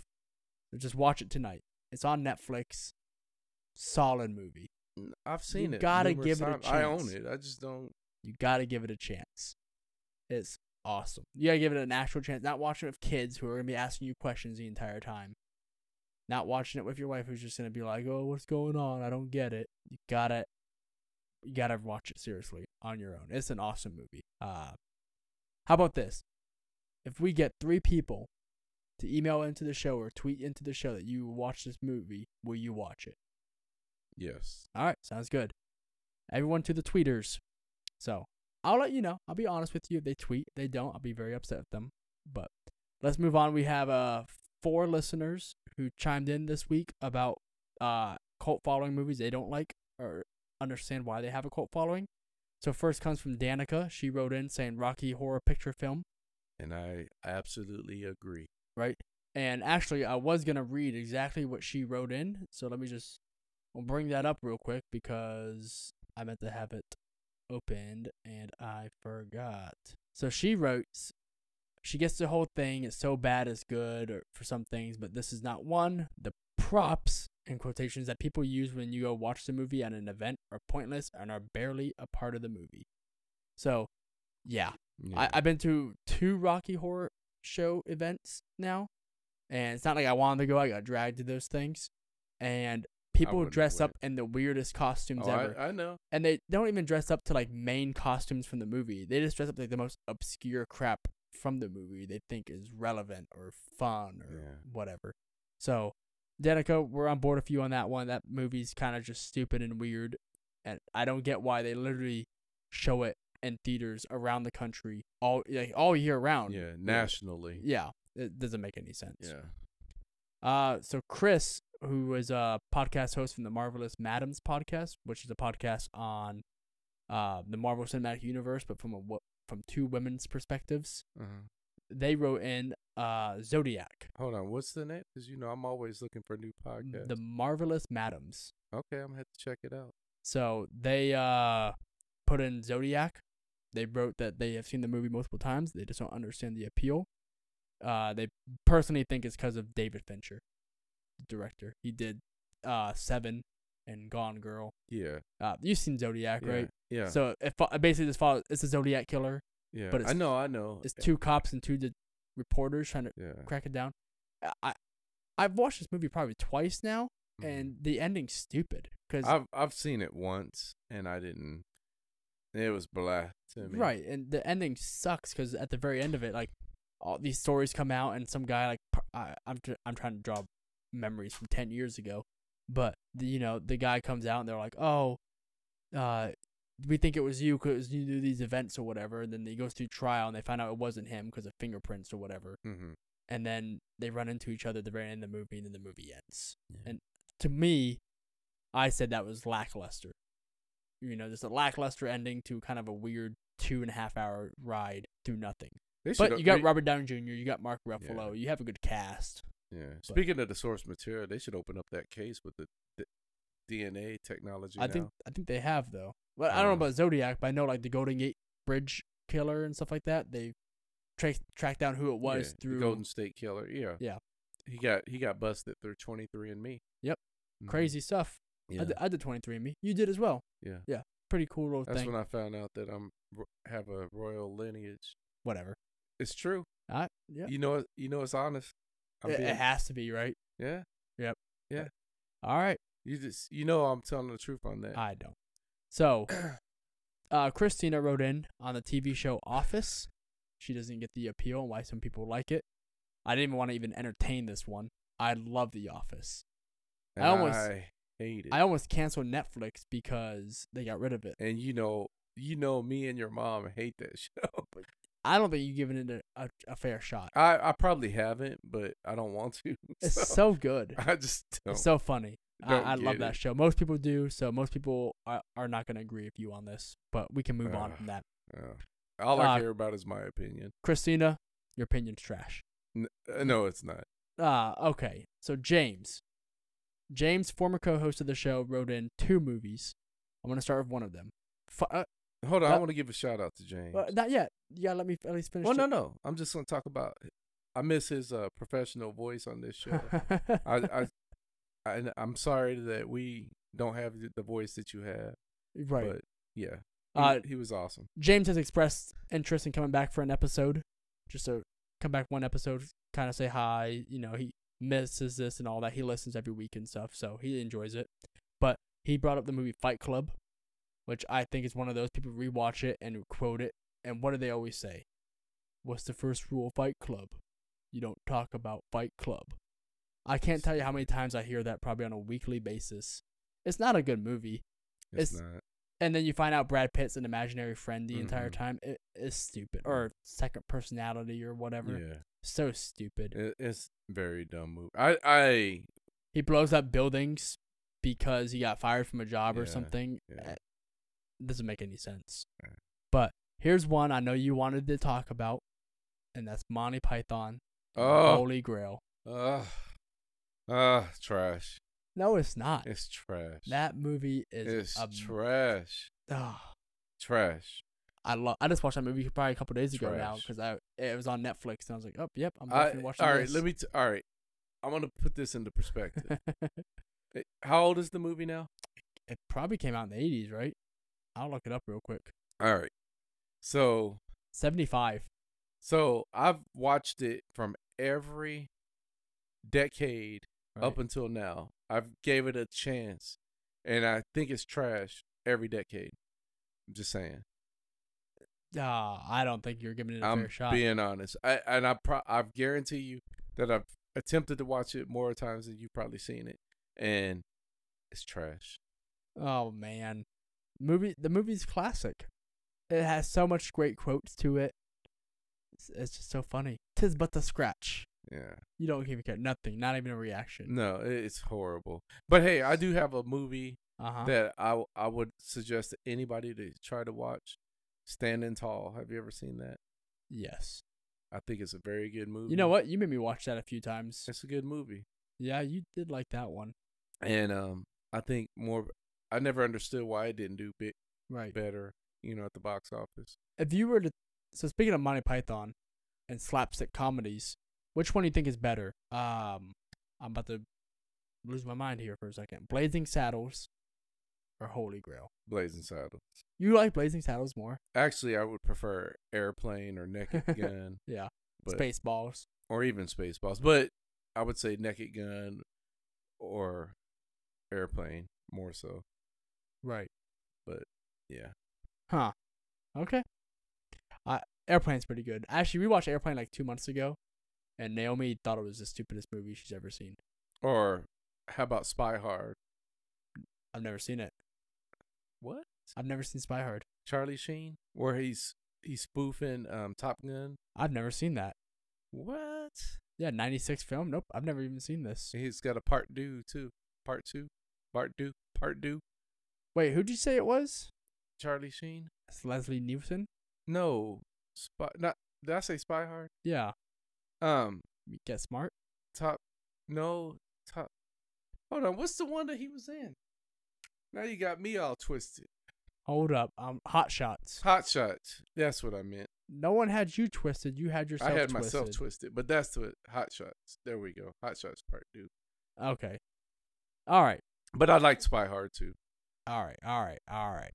But just watch it tonight. It's on Netflix. Solid movie.
N- I've seen it.
gotta
numerous
give it a
times. I own
chance.
it. I just don't.
You gotta give it a chance. It's awesome. You gotta give it an actual chance. Not watching it with kids who are gonna be asking you questions the entire time. Not watching it with your wife who's just gonna be like, "Oh, what's going on? I don't get it." You gotta, you gotta watch it seriously on your own. It's an awesome movie. Uh, how about this? If we get three people to email into the show or tweet into the show that you watch this movie, will you watch it?
Yes.
All right, sounds good. Everyone to the tweeters. So I'll let you know. I'll be honest with you. If they tweet, if they don't. I'll be very upset with them. But let's move on. We have uh four listeners who chimed in this week about uh cult following movies they don't like or understand why they have a cult following. So first comes from Danica. She wrote in saying Rocky Horror Picture Film,
And I absolutely agree.
right? And actually, I was gonna read exactly what she wrote in. So let me just I'll bring that up real quick because I meant to have it opened and I forgot. So she wrote, she gets the whole thing. It's so bad, it's good or for some things, but this is not one. The props and quotations that people use when you go watch the movie at an event are pointless and are barely a part of the movie. So, yeah, I,
Yeah.
I've been to two Rocky Horror Show events now, and it's not like I wanted to go. I got dragged to those things, and people
wouldn't have
dress up
went.
in the weirdest costumes
oh,
ever,
I, I know.
and they don't even dress up to like main costumes from the movie. They just dress up to, like the most obscure crap from the movie they think is relevant or fun or
Yeah.
whatever. So, Danica, we're on board with you on that one. That movie's kind of just stupid and weird, and I don't get why they literally show it in theaters around the country all like all year round.
Yeah, nationally.
Yeah, it doesn't make any sense.
Yeah.
Uh, so Chris, who is a podcast host from the Marvelous Madams podcast, which is a podcast on uh the Marvel Cinematic Universe, but from a wo- from two women's perspectives,
Uh-huh.
they wrote in uh Zodiac,
Hold on. What's the name? Because you know I'm always looking for new podcasts.
Mm, the Marvelous Madams.
okay, I'm gonna have to check it out.
So they uh put in Zodiac. They wrote that they have seen the movie multiple times. They just don't understand the appeal. Uh, they personally think it's because of David Fincher, the director. He did uh Seven and Gone Girl.
Yeah.
Uh, you've seen Zodiac,
yeah,
right?
Yeah.
So it, fo- it basically just follows. It's a Zodiac killer.
yeah.
but
I
it's-
know. I know.
It's two cops and two de- reporters trying to
Yeah.
crack it down. I- I I've watched this movie probably twice now,
Mhm.
and the ending's stupid because
I've I've seen it once and I didn't. It was blah to me.
Right, and the ending sucks because at the very end of it, like all these stories come out, and some guy like par- I, I'm tr- I'm trying to draw memories from ten years ago, but the, you know the guy comes out and they're like, oh, uh, we think it was you because you do these events or whatever. And then he goes through trial and they find out it wasn't him because of fingerprints or whatever.
Mm-hmm.
and then they run into each other at the very end of the movie, and then the movie ends.
Yeah.
And to me, I said that was lackluster. You know, just a lackluster ending to kind of a weird two and a half hour ride through nothing.
They
But
should-
you got
they-
Robert Downey Jr., you got Mark Ruffalo, you have a good cast.
Yeah. Speaking of the source material, they should open up that case with the, the DNA technology.
I
now.
think I think they have though. Well, I don't
Oh.
know about Zodiac, but I know like the Golden Gate Bridge killer and stuff like that. They tracked tracked down who it
Yeah,
was
the
through
Golden State Killer. Yeah.
Yeah.
He got he got busted through 23andMe.
Yep.
Mhm.
crazy stuff.
Yeah.
I, did, I did 23andMe. You did as well.
yeah.
Pretty cool little
That's
thing.
when I found out that I'm ro- have a royal lineage.
Whatever.
It's true.
I yeah.
You know it. You know it's honest. I'm
it, it
being-
has to be right.
yeah.
All right.
You just you know I'm telling the truth on that.
I don't. So,
<clears throat>
uh, Christina wrote in on the TV show Office. She doesn't get the appeal and why some people like it. I didn't even want to even entertain this one. I love The Office.
And
almost-
I hate it.
I almost canceled Netflix because they got rid of it.
and you know you know me and your mom hate that show.
I don't think you've given it a, a, a fair shot.
I I probably haven't, but I don't want to. <laughs>
It's so, good.
I just don't.
It's so funny. I,
don't
I love
get
that
it.
show. Most people do, so most people are, are not going to agree with you on this, but we can move on
Ugh.
from that.
Yeah. all I
Uh,
care about is my opinion.
Christina, your opinion's trash.
N- uh, no, it's not.
Ah, okay. So James, James, former co-host of the show, wrote in two movies. I'm gonna start with one of them. F- uh,
Hold on, I
Uh,
want to give a shout out to James.
uh, not yet. Yeah, let me f- at least finish.
well, no, no, I'm just gonna talk about. I miss his uh, professional voice on this
<laughs>
show. I, I, I, I'm sorry that we don't have the- the voice that you have,
right.
but yeah, he,
Uh,
he was awesome.
James has expressed interest in coming back for an episode, just to come back one episode, kind of say hi. You know, he misses this and all that. He listens every week and stuff, so he enjoys it. But he brought up the movie Fight Club, which I think is one of those people rewatch it and quote it. And what do they always say? What's the first rule of Fight Club? You don't talk about Fight Club. I can't tell you how many times I hear that probably on a weekly basis. It's not a good movie
It's,
it's-
not.
and then you find out Brad Pitt's an imaginary friend the entire
Mhm.
time. It is stupid or second personality or whatever.
Yeah,
So stupid.
it, it's very dumb movie. I, I,
He blows up buildings because he got fired from a job or
Yeah,
something.
yeah.
Eh, Doesn't make any sense.
Right.
But here's one I know you wanted to talk about, and that's Monty Python. and the
oh,
Holy Grail.
uh, uh, trash.
No, it's not.
It's trash.
that movie is um
it's
a
trash. Trash.
I love. I just watched that movie probably a couple days ago now
Trash.
because I it was on Netflix and I was like, oh, yep, I'm
I-
definitely watching
all right,
this.
let me. T- all right, I'm gonna put this into
<laughs>
perspective. Eh, How old is the movie now?
<laughs> it probably came out in the 80s, right? I'll look it up real quick.
All right, so
75.
so I've watched it from every decade
right?
up until now. I've gave it a chance, and I think it's trash every decade. I'm just saying.
Ah, I don't think you're giving it a
I'm
fair shot.
being honest. I and I pro- I guarantee you that I've attempted to watch it more times than you've probably seen it, and it's trash.
oh man. Movie the movie's classic. It has so much great quotes to it. It's, it's just so funny. Tis but the scratch.
Yeah.
You don't give a care. Nothing. Not even a reaction.
No, i- it's horrible. But hey, I do have a movie
Uh-huh.
that I w- I would suggest to anybody to try to watch. Standing Tall. Have you ever seen that?
yes.
I think it's a very good movie.
You know what? You made me watch that a few times.
It's a good movie.
Yeah, you did like that one.
And um I think more I never understood why it didn't do bit
Right.
better, you know, at the box office.
if you were to so speaking of Monty Python and slapstick comedies, which one do you think is better? Um, I'm about to lose my mind here for a second. Blazing Saddles or Holy Grail?
Blazing Saddles.
You like Blazing Saddles more?
Actually, I would prefer Airplane or Naked Gun,
Yeah.
but
Spaceballs.
or even Spaceballs, but I would say Naked Gun or Airplane more so.
Right.
Yeah.
Huh. Okay. Uh, Airplane's pretty good. Actually, we watched Airplane like two months ago, and Naomi thought it was the stupidest movie she's ever seen.
Or how about Spy Hard?
I've never seen it.
What?
I've never seen Spy Hard.
Charlie Sheen, where he's he's spoofing um Top Gun.
I've never seen that.
What?
Yeah, 96 film. Nope, I've never even seen this.
He's got a part due too. Part two. Part due. Part due.
Wait, who'd you say it was?
Charlie Sheen.
It's Leslie Nielsen?
No. Spy. Not. Did I say Spy Hard?
Yeah.
Um.
Get smart.
Top. No. Top. Hold on. What's the one that he was in? Now you got me all twisted.
Hold up. Um, Hot Shots.
Hot Shots. That's what I meant.
No one had you twisted. You had yourself
I had
twisted.
myself twisted, but that's the Hot Shots. There we go. Hot Shots part two.
Okay. All right.
But I liked Spy Hard too.
All right. All right. All right.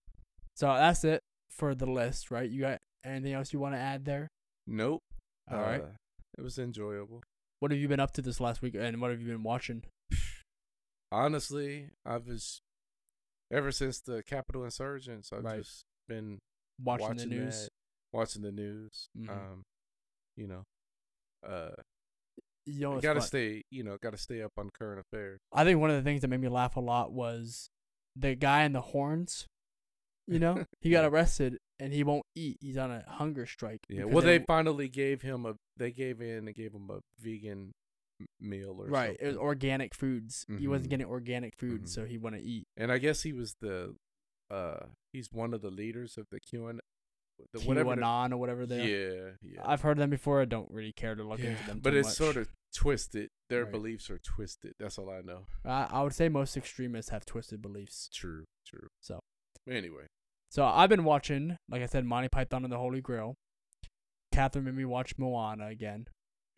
So that's it for the list, right? You got anything else you want to add there?
Nope.
All right.
Uh, It was enjoyable.
What have you been up to this last week and what have you been watching?
Honestly, I've just ever since the Capitol insurgents, I've
Right.
just been
Watching,
watching
the news?
that, watching the news.
Mhm.
Um, you know, uh,
You know,
you
Oh, it's
gotta
fun.
stay. You know, gotta stay up on current affairs.
I think one of the things that made me laugh a lot was the guy in the horns. You
<laughs>
know, he got
Yeah.
arrested and he won't eat. He's on a hunger strike.
Yeah.
because
Well, they
won't-
finally gave him a. They gave in and gave him a vegan m- meal or
right. It was
something.
organic foods. He wasn't
Mhm.
getting organic food,
Mhm.
so he wouldn't eat.
and I guess he was the. Uh, he's one of the leaders of the QAnon. The whatever. the-
QAnon or whatever they. are.
yeah. Yeah.
I've heard them before. I don't really care to look into them.
but
too
it's
much.
sort of twisted. Their
Right.
beliefs are twisted. That's all I know.
I, I would say most extremists have twisted beliefs.
True, true.
So.
anyway,
So I've been watching, like I said, Monty Python and the Holy Grail. Catherine made me watch Moana again.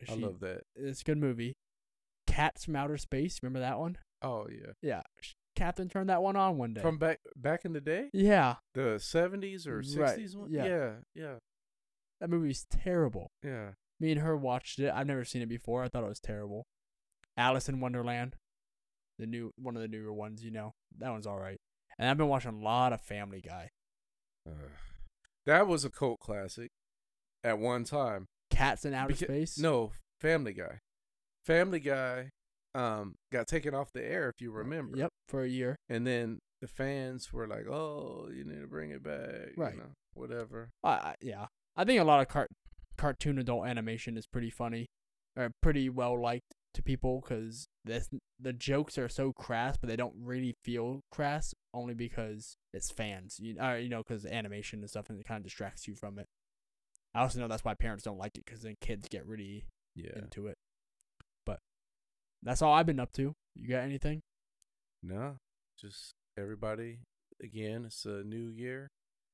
I
She-
love that.
It's a good movie. Cats from Outer Space. Remember that one?
Oh yeah,
Yeah, sh- Catherine turned that one on one day.
from back back in the day,
yeah,
the seventies or
Right,
sixties one.
yeah.
yeah, yeah,
that movie's terrible.
yeah.
Me and her watched it. I've never seen it before. I thought it was terrible. Alice in Wonderland, the new one of the newer ones. You know that one's all right. And I've been watching a lot of Family Guy.
Ugh. that was a cult classic at one time.
Cats in Outer
Beca-
Space.
No, Family Guy. Family Guy um got taken off the air if you remember.
Yep, for a year.
And then the fans were like, "Oh, you need to bring it back." you
Right.
know, whatever.
I, I yeah, I think a lot of cart- cartoon adult animation is pretty funny, or pretty well liked to people because this the jokes are so crass, but they don't really feel crass only because it's fans. You uh, you know because animation and stuff and it kind of distracts you from it. I also know that's why parents don't like it because then kids get really
Yeah.
into it. But that's all I've been up to. You got anything?
No, just everybody. Again, it's a new year.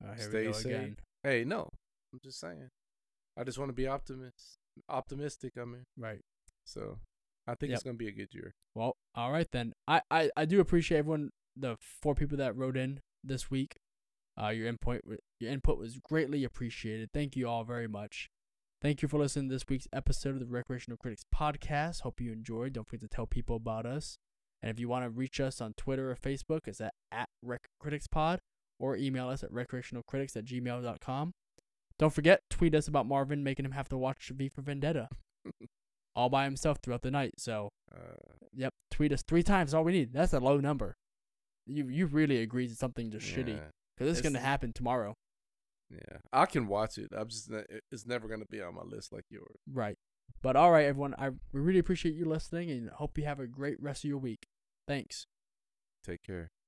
Uh,
Stay safe. Hey, no, I'm just saying. I just want to be optimist, optimistic. I mean,
Right.
so I think
Yep.
it's gonna be a good year.
Well, all right then. I, I, I do appreciate everyone, the four people that wrote in this week. Uh, your input wa- your input was greatly appreciated. Thank you all very much. Thank you for listening to this week's episode of the Recreational Critics Podcast. Hope you enjoyed. Don't forget to tell people about us. And if you want to reach us on Twitter or Facebook, it's at, at Rec Critics Pod or email us at recreationalcritics at gmail.com. Don't forget, tweet us about Marvin making him have to watch V for Vendetta all by himself throughout the night. So
Uh,
Yep, tweet us three times. All we need. That's a low number. You you really agreed to something just shitty. 'Cause shitty
yeah,
because this is
It's-
gonna happen tomorrow,
Yeah, I can watch it. I'm just. Not, it- it's never gonna be on my list like yours.
right? But all right, everyone. I we really appreciate you listening and hope you have a great rest of your week. Thanks.
Take care.